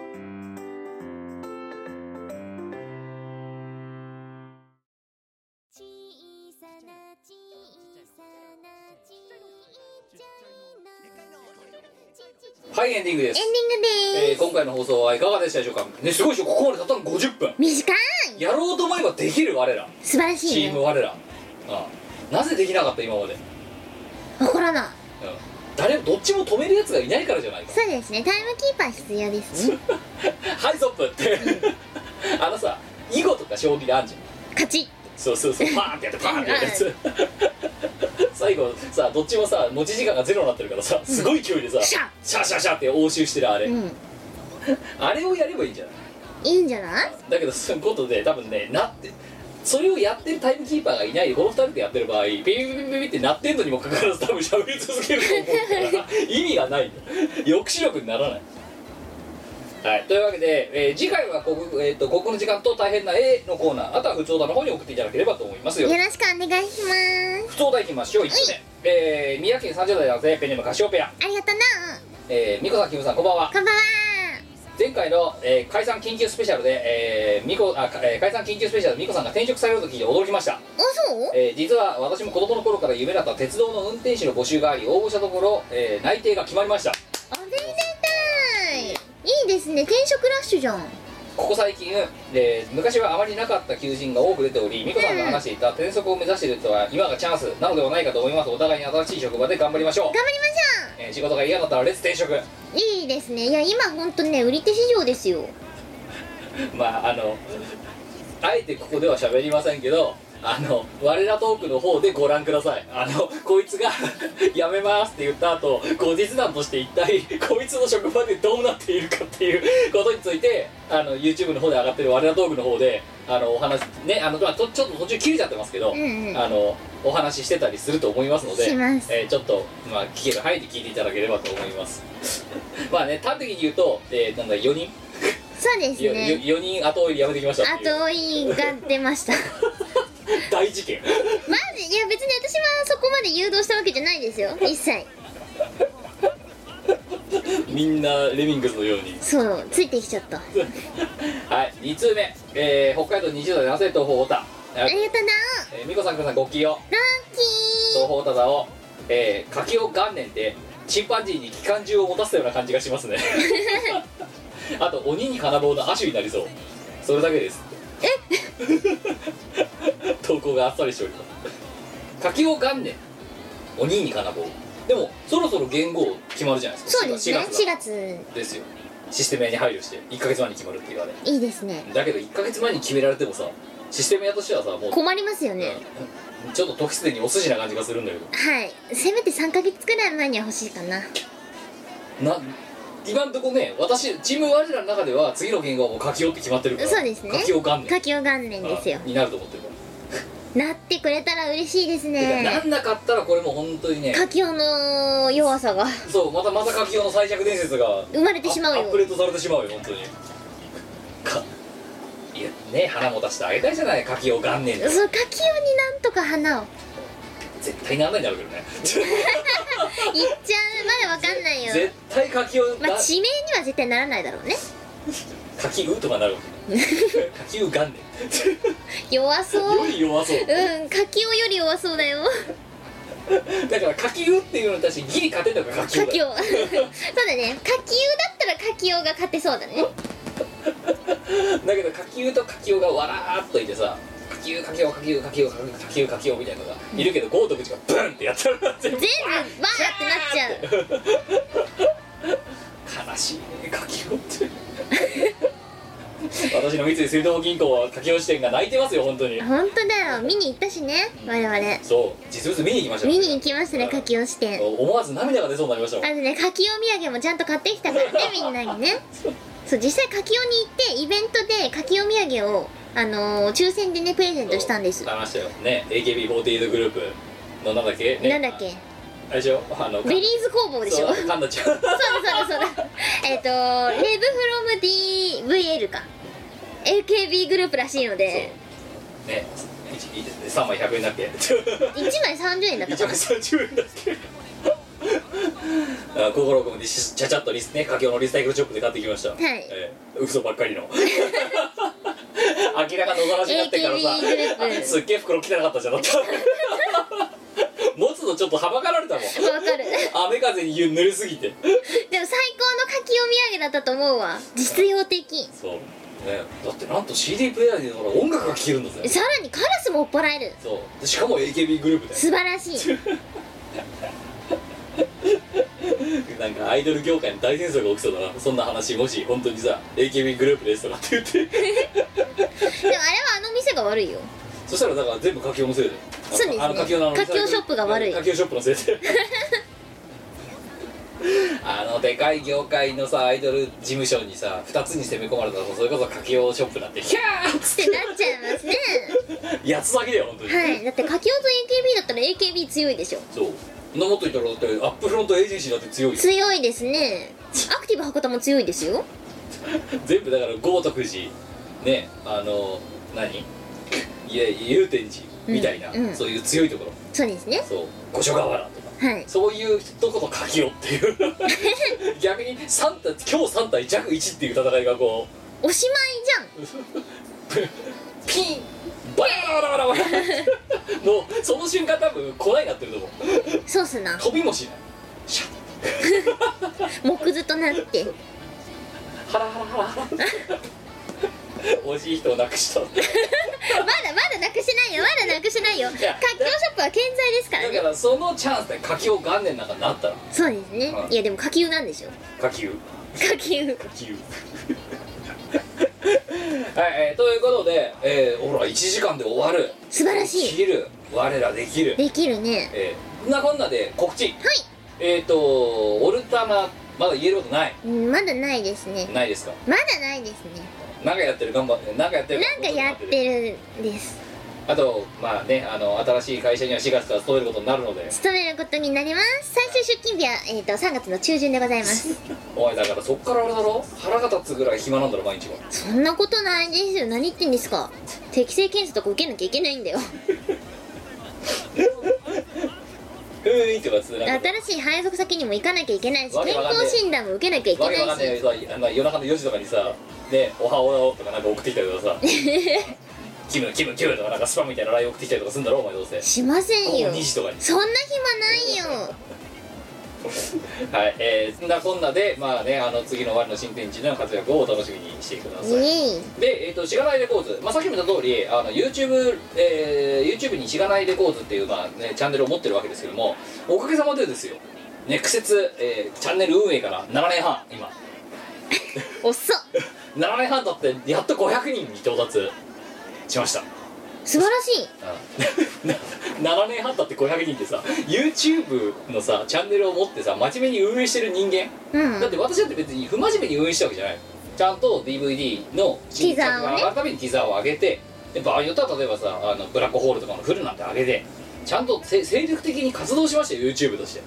小さな小さなちっちゃいのちっちゃい
はいエンディングで
エ
す、
ンディングで
え
ー
ー
す
今回の放送はいかがでしたでしょうかねすごいでしょここまでたったの50分
短い
やろうと思えばできる我ら
素晴らし
チ
い
ーム
ね
我ら、ああなぜできなかった今まで
わからない
誰もどっちも止めるやつがいないからじゃないか
そうですねタイムキーパー必要ですね
はいストップって あのさ囲碁とか将棋であんじゃん
勝ち
そうそう そうパーンってやってパーンってやったやつ最後さどっちもさ持ち時間がゼロになってるからさすごい勢いでさ、
シャッ
シャシャシャって応酬してるあれ、
うん
あれをやればいいんじゃない
いいんじゃない
だけどそういうことで多分ねなってそれをやってるタイムキーパーがいないでこの2人でやってる場合ビビビビビビってなってんのにもかかわらず多分喋り続けると思うから意味がないんだ抑止力にならないはい、というわけで、えー次回は国,、えー、と国語の時間と大変な A のコーナーあとは普通だの方に送っていただければと思いますよ
よろしくお願いします
不登題いきましょう1つ目、えー、宮城県30代男性ペンネームカシオペア、
ありがとな
えー、美子さんキムさんこんばんは
こんばんは
前回の、えー解散緊急スペシャルで、えー美子あかえー解散緊急スペシャルで美子さんが転職されると聞いて驚きました、
あそう
えー実は私も子供の頃から夢だった鉄道の運転手の募集があり応募したところ、えー内定が決まりました
おめでたいいいですね転職ラッシュじゃん
ここ最近、えー昔はあまりなかった求人が多く出ており美子さんが話していた転職を目指している人は今がチャンスなのではないかと思いますお互いに新しい職場で頑張りましょう、
頑張りまし
えー仕事が嫌だったらレッツ転職
ょういいですねいや今本当にね売り手市場ですよ
まああのあえてここでは喋りませんけどあの我らトークの方でご覧くださいあのこいつが 「やめます」って言った後後日談として一体こいつの職場でどうなっているかっていうことについてあの YouTube の方で上がってる我らトークの方であのお話ねあの、まあ、とちょっと途中切れちゃってますけど、
うんうん
あのお話ししてたりすると思いますので
します
えーちょっと、まあ、聞ける範囲で聞いていただければと思います まあね端的に言うと、えーなんだ4人
そうです
よ
ね
よ4人後追いでやめてきましたっていう
後追いが出ま したマ
大事件
ジいや別に私はそこまで誘導したわけじゃないですよ一切
みんなレミングスのように
そうついてきちゃったあ
はい2通目、えー北海道20代男性東方太田え
りがとな
ーえー美子さんくんさんごきげんよう
ラッキ
東方太田を、えー、柿を元年でチンパンジーに機関銃を持たせたような感じがします ねあと鬼に金棒の亜種になりそうそれだけです え 投稿があっさりしております柿を元年鬼に金棒でもそろそろ元号決まるじゃないで
ー
すか
そうですね
4月だ
4月
ですよシステム屋に配慮して1ヶ月前に決まるっていうあれ
いいですね
だけど1ヶ月前に決められてもさシステム屋としてはさもう、
困りますよね
うんちょっと時すでにお筋な感じがするんだけど
はいせめて3ヶ月くらい前には欲しいかな
な今んとこね私チーム我らの中では次の言語はもう書きよって決まってるから
そうですね
書きよ元年
夏季元年ですよ
あになると思ってるか
なってくれたら嬉しいです
ら、てか
ね
なんなかったらこれもう本当にね
夏季用の弱さが
そうまたまた書きよの最弱伝説が
生まれてしまう
ア
よ
ップデートされてしまうよ本当にかいやね花持たしてあげたいじゃない書きよ元年で
そう夏季用になんとか花を
絶対なんないんだろうけどね
いっちゃうまだわかんないよ
絶対書きよ
まあ地名には絶対ならないだろうね
かきうとかな るわけかきう元年
弱そう
よ
うん
り弱そう
夏季用より弱そうだよ
だからかきうっていうのに対してギリ勝てたのがかきう
夏
だ
季用 そうだね夏季用だったら夏季用が勝てそうだね
だけどかきうとかきうがわらーっといてさかきうかきうかきうかきうかきうかきうかきうみたいなのがいるけど豪徳寺がブンってやったら全部
全部バーってなっちゃう
悲しいねかきうって 私の三井水道銀行はかきう支店が泣いてますよ本当に
本当だよ見に行ったしね我々
そう実物見に行きました
見に行きましたね柿を支店
思わず涙が出そうになりましたも
あ
ん
のね柿お土産もちゃんと買ってきたからねみんなにねそう実際柿をに行ってイベントで柿お土産をあのー抽選でねプレゼントしたんです
買いましたよね AKB48 グループのなんだっけ、ね、
なんだっけ
あれでしょあの
ベリーズ工房でしょそう
そうカンナちゃん
だそうだそうだえっ、とレブフロム DVL か AKB グループらしいので
ねいいですね3枚100円だっけ
1枚30円だった
1
か
枚
な
30円だっけあ心込めてしちゃちゃっとリスね家境のリサイクルショップで買ってきましたはいええ嘘ばっかりの明らかにおとなしになってからさ
AKB グループ
すっげえ袋汚かったじゃんだって持つのちょっとはばかられたもん
わか る
雨風に濡れすぎて
でも最高の柿お土産だったと思うわ実用的
そう、ね、だってなんと CD プレイヤーでほら音楽が聴けるんだぜ
さらにカラスも追っ払える
そうでしかも AKB グループだよ
素晴らしい
なんかアイドル業界の大戦争が起きそうだなそんな話もし本当にさ AKB グループですとかって言って
でもあれはあの店が悪いよ
そしたらだから全部柿雄のせいで
そうですね
あの柿雄のあの
柿雄ショップが悪い
柿雄ショップのせいで あのでかい業界のさアイドル事務所にさ2つに攻め込まれたらもうそれこそ柿雄ショップなんてひゃーっ
ってなっちゃいますね
やつ先だよ本当に、
はいだって柿雄と AKB だったら AKB 強いでしょ
そうそんなもっと言ったらだってアップフロントエージェンシーだって強いよ
強いですねアクティブ博多も強いですよ
全部だから豪徳寺ねあの何いや祐天寺みたいな、
うんうん
そういう強いところ
そうですね
そう五所川原とか
はい
そういう一言書きよっていう逆に三対今日3対弱1っていう戦いがこう
おしまいじ
ピンバラバラバラバラもうその瞬間多分来ないなってると思う
ゃんそうっすな
飛びもしないシャッ
木図となって
ハラハラハラハラ惜しい人をなくした
まだまだなくしないよまだなくしないよ活況ショップは健在ですから
だか
ね
らそのチャンスで柿を元年なんかになったら
そうですねいやでも下級なんでしょ
柿を
下級
柿を はい、えーということで、えーほら1時間で終わる
素晴らしい
切る我らできる
できるね
えー、そんなこんなで告知
はい
えっ、とオルタナまだ言えることない
うんまだないですね
ないですか
まだないですね
なんかやってる頑張ってなんかやってる
なんかやってるんです
あとまあねあの新しい会社には4月から勤めることになるので
勤めることになります最終出勤日は、えー、と3月の中旬でございます
お前だからそっからあれだろ腹が立つぐらい暇なんだろ毎日は
そんなことないですよ何言ってんですか適正検査とか受けなきゃいけないんだよ
ふーいとかつなんか
新しい配属先にも行かなきゃいけないし
わけ
健
わかんねえ
康診断も受けなきゃいけ
わけわ
な
か
い
んない
し
さあの夜中の4時とかにさ「ねおはおよ」とかなんか送ってきたりとかさ「キムキムキム」とかなんかスパムみたいな LINE 送ってきたりとかするんだろお前どうせ
しません
午
よ
後2時とかに
そんな暇ないよ
はい、えー、そんなこんなで、まあね、あの次の終わりの新天地での活躍をお楽しみにしてください。
イエイ
で、えっ、と、しがないレコーズ、まあ、さっきも言った通り、あの、YouTube、えー、YouTube にしがないレコーズっていう、まあね、チャンネルを持ってるわけですけども、おかげさまでですよ、ね、苦節、えーチャンネル運営から7年半、今、
おっそ
7年半経って、やっと500人に到達しました。
素晴らしい
7年半経って500人ってさ YouTube のさチャンネルを持ってさ真面目に運営してる人間
うん
だって私だって別に不真面目に運営したわけじゃないちゃんと DVD の新作が上がるためにティザーを上げてで場合によっては例えばさあのブラックホールとかのフルなんて上げてちゃんとせ精力的に活動しましたよ YouTube として、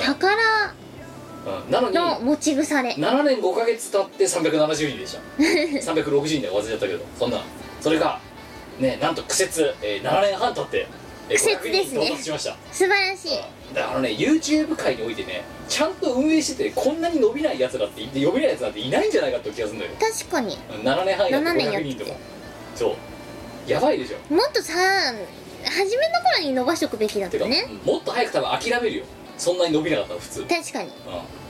宝
うん、なのに
の持ち腐れ
7年5か月経って370人でした 360人で忘れちゃったけどそんなそれがねなんと苦節、えー7年半経って、えー
苦節
500
で
人
す
に
ね
到達しました、
素晴らしい
だからね YouTube 界においてねちゃんと運営しててこんなに伸びないやつらってい伸びないやつなんていないんじゃないかって気がするんだよ
確かに
7年半やって
7年やっ
500
て
人とかそうやばいでしょ
もっとさ初めの頃に伸ばしとくべきだったた
か、
ね
うんもっと早く多分諦めるよそんなに伸びなかったら普通、うん、
確かに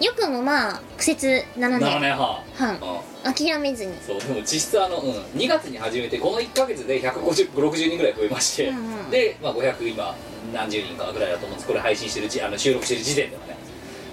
よくもまあ苦節7
7
年
年半
半
うん
諦めずに
そうでも実質あの、うん、2月に始めてこの1か月で15060人ぐらい増えまして、
うんうん
で、まあ、500今何十人かぐらいだと思うんですこれ配信してるじあの収録してる時点ではね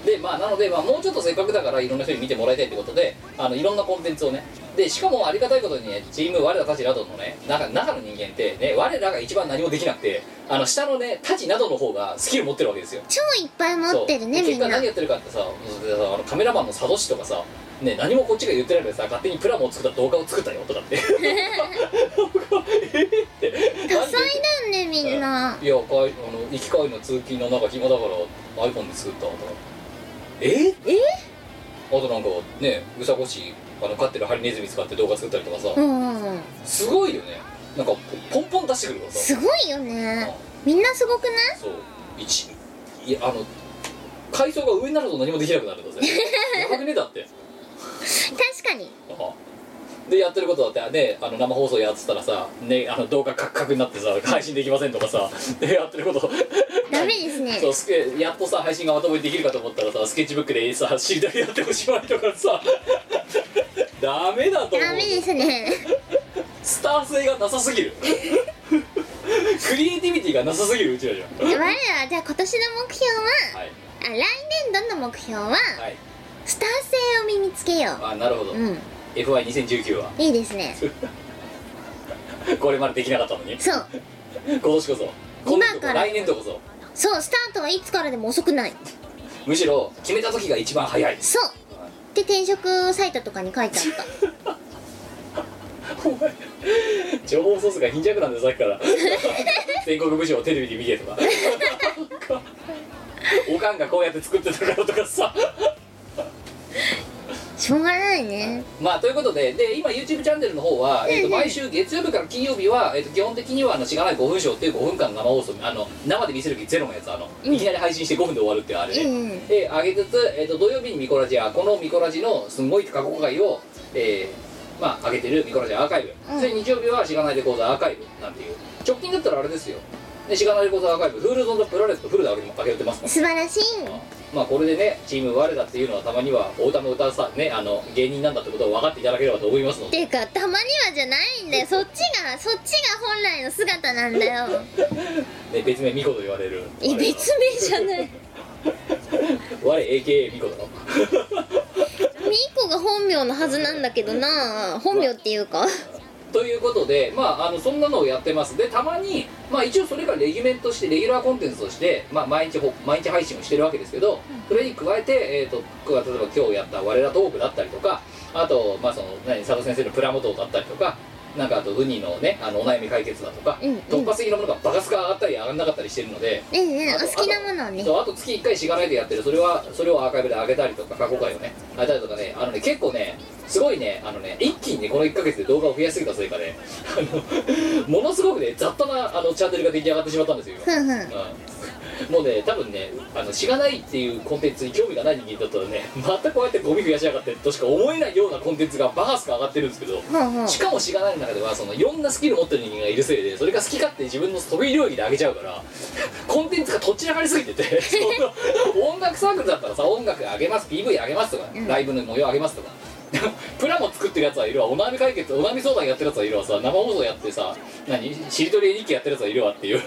でまあなので、まあ、もうちょっとせっかくだからいろんな人に見てもらいたいってことであのいろんなコンテンツをねでしかもありがたいことにねチーム我らたちなどのね中中の人間ってね我らが一番何もできなくてあの下のねたちなどの方がスキル持ってるわけですよ
超いっぱい持ってるね
そうで
み
結
ん
果
な
何やってるかってさそれでさあのカメラマンの佐渡氏とかさ、ね、何もこっちが言ってないのにさ勝手にプラモを作った動画を作ったよとか って
多彩だよねみんない
やかいあの行き帰りの通勤の中暇だから iPhone で作ったとかええあとなんかねうさこしあの飼ってるハリネズミ使って動画作ったりとかさ、
うんうんうん
すごいよねなんかポンポン出してくるからさ
すごいよねみんなすごくない
そう一いやあの階層が上になると何もできなくなるん だぜやばくねえだって
確かに
でやってることだってねあの生放送やってたらさ、ね、あの動画カクカクになってさ配信できませんとかさでやってること
ダメですね
そうスケやっとさ配信がまともにできるかと思ったらさスケッチブックでさ知りたいやっておしまいとかさダメだと思う
ダメですね
スター性がなさすぎる クリエイティビティがなさすぎるうちらじゃん
我らじゃあ今年の目標は
はい
あ来年度の目標は
はい
スター性を身につけよ
あなるほど、
ううん
FY2019 はい
いですね
これまでできなかったのに
そう
今年こそ今年
今
度
から
来年度こそ
そうスタートはいつからでも遅くない
むしろ決めた時が一番早い
そうで転職サイトとかに書いてあった
お前 情報ソースが貧弱なんだよさっきから全国部署をテレビで見てとか おかんがこうやって作ってたからとかさ
しょうがないね
まあということでで今 YouTube チャンネルの方は、えー、と毎週月曜日から金曜日は、えー、と基本的にはあのしがない5分ショーっていう5分間の生放送あの生で見せる気ゼロのやつあの、いきなり配信して5分で終わるっていうあれね、
うんうん
で上げつつ、えー、と土曜日にミコラジアこのミコラジのすごい過去回を、えーまあ、上げてるミコラジアアーカイブ、
うん
それ日曜日はしがないレコードアーカイブなんていう直近だったらあれですよでしがないレコードアーカイブフールゾンとプロレスとフルで上げて上げてますもん
素晴らしい
まあこれでねチーム我らっていうのはたまにはお歌も歌うさねあの芸人なんだってことを分かっていただければと思いますの
って
で
いうかたまにはじゃないんだよそっちがそっちが本来の姿なんだよ
ね別名ミコと言われる
え別名じゃない
我 AKA ミコだの
ミーコが本名のはずなんだけどな本名っていうか
ということでまああのそんなのをやってますでたまにまあ一応それがレギュメントしてレギュラーコンテンツとしてまあ毎日ほ毎日配信をしてるわけですけどそれに加えてえっ、と例えば今日やった我らトークだったりとかあとまあその何佐藤先生のプラモトークだったりとかなんかあとウニのねあのお悩み解決だとか、
うんうん
突発的なものがバカスカ上がったり上がんなかったりしてるので
ええええお好きなものをね
そうあと月1回しがないでやってるそれはそれをアーカイブで上げたりとか過去回をね上げたりとかねあのね結構ねすごいねあのね一気にねこの1ヶ月で動画を増やしすぎたせいかねあのものすごくね雑多なあのチャンネルが出来上がってしまったんですよ
ふ
今
んふん
うんもうね多分ねあのしがないっていうコンテンツに興味がない人間にとったらねまたこうやってゴミ増やしやがってとしか思えないようなコンテンツがバカスカ上がってるんですけど
ほうほう
しかもしがないの中ではそのいろんなスキル持ってる人間がいるせいでそれが好き勝手に自分の得意領域で上げちゃうから コンテンツがとっちらかりすぎて てその音楽サークルだったらさ音楽上げます PV 上げますとか、
ん
ライブの模様上げますとか プラモ作ってるやつはいるわお悩み解決お悩み相談やってるやつはいるわさ生放送やってさ何しりとり絵日記やってるやつはいるわっていう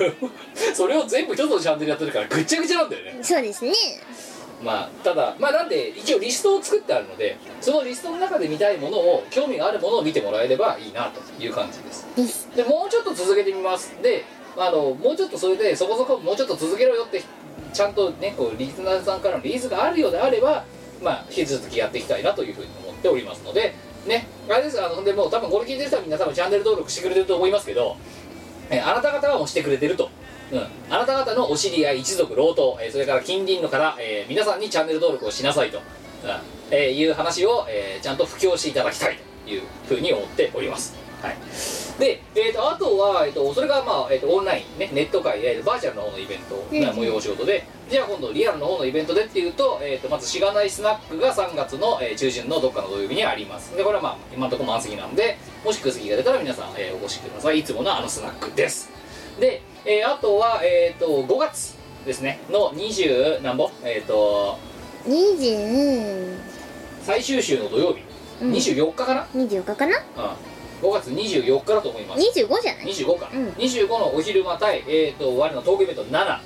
それを全部一つのチャンネルやってるからぐっちゃぐちゃなんだよね
そうですね
まあただまあなんで一応リストを作ってあるのでそのリストの中で見たいものを興味があるものを見てもらえればいいなという感じです
です
でもうちょっと続けてみますであのもうちょっとそれでそこそこもうちょっと続けろよってちゃんとねこうリスナーさんからのリーズがあるようであればまあ引き続きやっていきたいなというふうに思っておりますのでねあれですあのほんでもう多分これ聞いてる人はみんな多分チャンネル登録してくれてると思いますけどえーあなた方はもしてくれてると、うん、あなた方のお知り合い一族老頭、えーそれから近隣の方、えー皆さんにチャンネル登録をしなさいと、うんえーいう話を、えーちゃんと布教していただきたいというふうに思っておりますはいで、えー、とあとは、えー、とそれが、まあえー、とオンライン、ね、ネット界、えーとバーチャルの方のイベント
ん
が催し事で、じゃあ今度リアルの方のイベントでっていうと,、えー、とまずしがないスナックが3月の、えー中旬のどっかの土曜日にありますでこれはまあ今のところ満席なんでもし空席が出たら皆さん、えーお越しくださいいつものあのスナックですで、えーあとは、えー、と5月ですねの20何本えっ、と
20
最終週の土曜日、
うん
24日かな、
24日かな
うん、5月24日だと思います
25じゃない
25か、
うん
25のお昼間対、えー、と我のトークイベント7、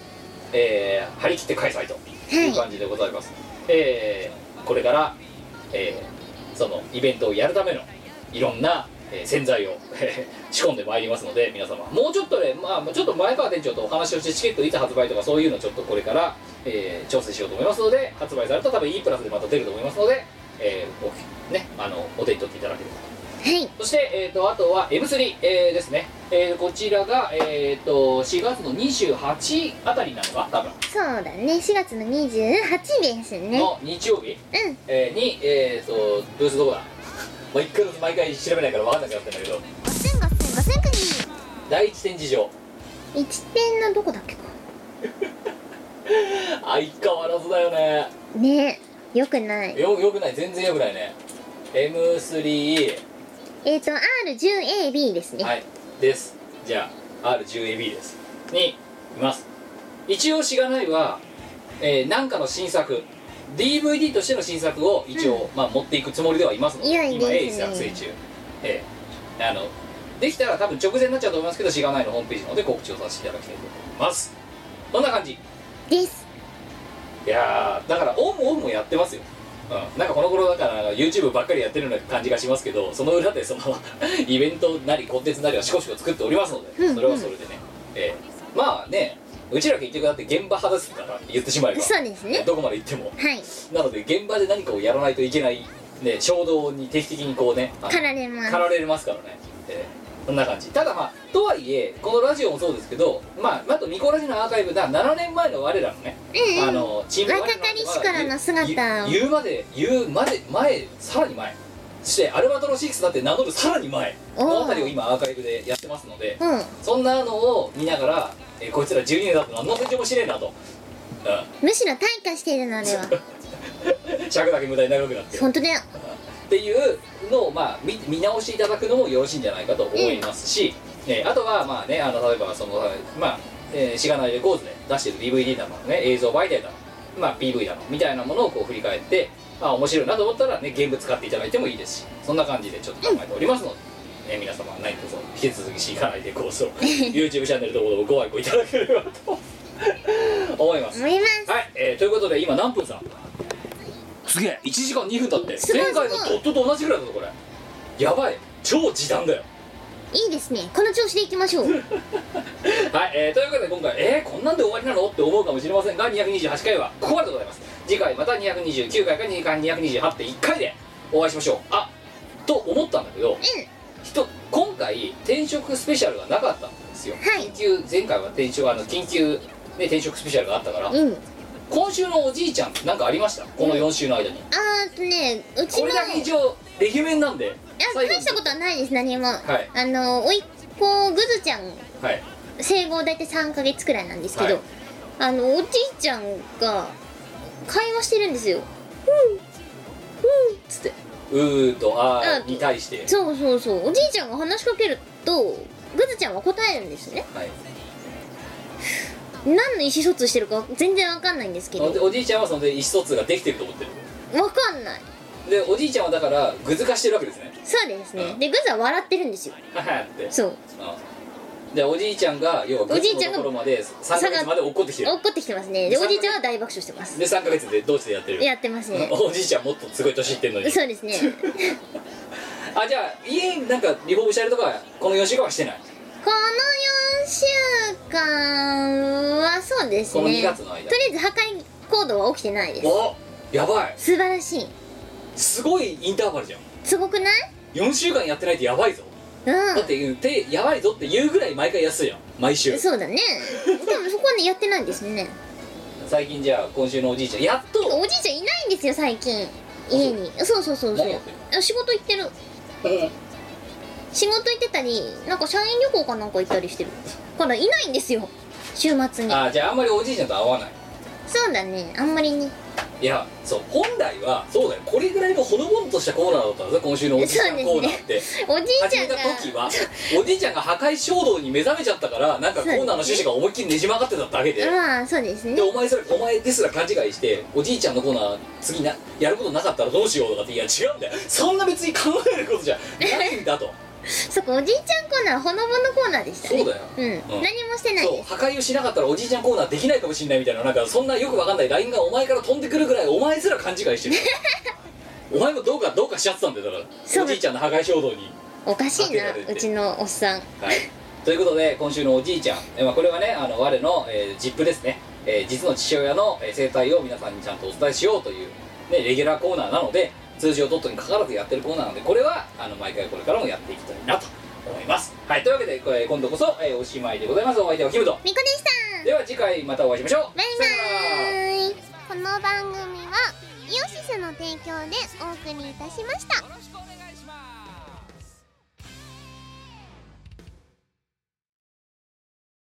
えー張り切って開催という感じでございます、えーこれから、えーそのイベントをやるためのいろんな、えー洗剤をえー仕込んでまいりますので皆様もうちょっとね、まあ、ちょっと前川店長とお話をしてチケットいつ発売とかそういうのちょっとこれから、えー調整しようと思いますので発売されたら多分 E プラスでまた出ると思いますので、えーおね、あのお手に取っていただければ
はい
そして、えー、とあとは M3、えーですね、えーこちらが、えー、と4月の28あたりなのか多分
そうだね4月の28ですね
の日曜日、
うん
えーに、えー、とブースどこだ毎回毎回調べないから分かんなくなってんだけど
5 0 0 0 5 0 0 0 5 0 0
第一展示場
0一点のどこだっけか
相変わらずだよね
ねえよくない
よよくない全然よくないね M3、
えっ、ー、と R10AB ですね、
はいですじゃあ R10AB ですにいます一応しがないはえーなんかの新作 DVD としての新作を一応、まあ、持っていくつもりではいますの
いや
で
いい
今
で
A
すね
作成中ええあのできたら多分直前になっちゃうと思いますけどしがないのホームページの方で告知をさせていただきたいと思いますこんな感じ
です
いやーだからオンもオフもやってますよ、うん、なんかこの頃だから YouTube ばっかりやってるような感じがしますけどその裏でその イベントなりコンテンツなりはしこしこ作っておりますの
うんう
で
ん
それはそれでね、ええまあねうちら結局だって現場派ですから言ってしまえば
そうですね
どこまで行っても
はい
なので現場で何かをやらないといけない、ね、衝動に定期的にこうねあの
駆られます
駆られますからね、えーそんな感じただまあとはいえこのラジオもそうですけどまああとミコラジのアーカイブだ7年前の我らのね、
うんうん
あのチーム我ら
若かりしからの姿を
ゆ言うまで言うまで前さらに前そしてアルバトロ6だって名乗るさらに前
おー
この辺りを今アーカイブでやってますので
うん
そんなのを見ながら、えーこいつら12年だと何の成長もしねえなと、
むしろ退化しているのでは
うん、尺だけ無駄に長くなって
本当だよ
っていうのを、まあ、見見直していただくのもよろしいんじゃないかと思いますし、えーあとはまあねあの例えばそのまあ、えーしがないレコーズで出してる DVD だのね映像媒体だの、まあ、PV だのみたいなものをこう振り返ってあ面白いなと思ったらねゲーム使っていただいてもいいですしそんな感じでちょっと考えておりますので。ね皆様何卒引き続きしがないレコーズを YouTube チャンネルともご愛顧いただければと思い ます。
思
はい、
います
えーということで今何分さんすげえ1時間2分だって
すごい
前回の
す
ド
ごい
ットと同じぐらいだぞこれやばい超時短だよ
いいですねこの調子でいきましょう
はい、えーということで今回えー、こんなんで終わりなのって思うかもしれませんが228回はここまででございます次回また229回か2回228.1回でお会いしましょうあと思ったんだけど
う
人今回転職スペシャルがなかったんですよ、
はい
緊急前回は転職あの緊急、ね、転職スペシャルがあったから
んうん
今週のおじいちゃんなんかありましたこの4週の間に、
あーっとねうち
こ
の
れだけ一応レギュメンなんで
いや
最後
大
に
したことはないです何も、
い
あの甥っ子ぐずちゃん
はい
生後大体3ヶ月くらいなんですけど、
はい
あのおじいちゃんが会話してるんですよ
つって「うー」と「あー
う」ん
に対して、
そうそうそうおじいちゃんが話しかけるとぐずちゃんは答えるんですね
はい、
何の意思疎通してるか全然わかんないんですけどわ
おおじいちゃんはそので意思疎通ができてると思ってる
かんない
でおじいちゃんはだから具づかしてるわけですね
そうですね
うん
でぐずは笑ってるんですよ
ははって
そう
うんでおじいちゃんが要はグ
おじ
ズ
い
の
ち
と
ゃんが
ころまで3ヶ月まで怒ってきてる
怒ってきてますねでおじいちゃんは大爆笑してます
で3ヶ月で同時でやってる
やってま すね
おじいちゃんもっとすごい年いってるのに
そうですね
あじゃあ家なんかリフォームしたりとかこの4週間はしてない
この4週間はそうですね
この2月の間
とりあえず破壊行動は起きてないです
おやばい
素晴らしい
すごいインターバルじゃん
すごくない
4週間やってないとやばいぞ
うん
だって手やばいぞって言うぐらい毎回安いやん毎週
そうだねでもそこはねやってないんですね
最近じゃあ今週のおじいちゃんやっと
おじいちゃんいないんですよ最近家にそうそうそうそ
何やってん
う仕事行ってる仕事行ってたりなんか社員旅行かなんか行ったりしてるからいないんですよ週末に
あーじゃああんまりおじいちゃんと会わない
そうだねあんまりね
いやそう本来はそうだよこれぐらいのほのぼのとしたコーナーだったんですよ今週のおじいちゃんコーナーって、
おじい
始
ちゃ
め
んが
た時はおじいちゃんが破壊衝動に目覚めちゃったからなんかコーナーの趣旨が思いっきりねじ曲がってただけで、
まあそうですね
でお前それお前ですら勘違いしておじいちゃんのコーナー次なやることなかったらどうしようとかっていや違うんだよそんな別に考えることじゃないんだと
そこおじいちゃんコーナーはほのぼのコーナーでしたね
そうだよ
うん、
うん
何もしてない
そう
です
破壊をしなかったらおじいちゃんコーナーできないかもしれないみたいななんかそんなよくわかんない LINE がお前から飛んでくるぐらいお前すら勘違いしてる お前もどうかどうかしちゃってたんだよだから
そう
おじいちゃんの破壊衝動に
おかしい
勝
な
手にやれて
うちのおっさん
はいということで今週のおじいちゃん、えまあ、これはねあの我の、えー、ジップですね、えー実の父親の、えー生態を皆さんにちゃんとお伝えしようという、ね、レギュラーコーナーなので通常ドットにかかわらずやってるコーナーなのでこれはあの毎回これからもやっていきたいなと思いますはいというわけでこれ今度こそ、えーおしまいでございますお相手はキムト
みこでした
では次回またお会いしましょう
バイ
さよなら
バーイ
この番組はイオシスの提供でお送りいたしました
よろしくお願いします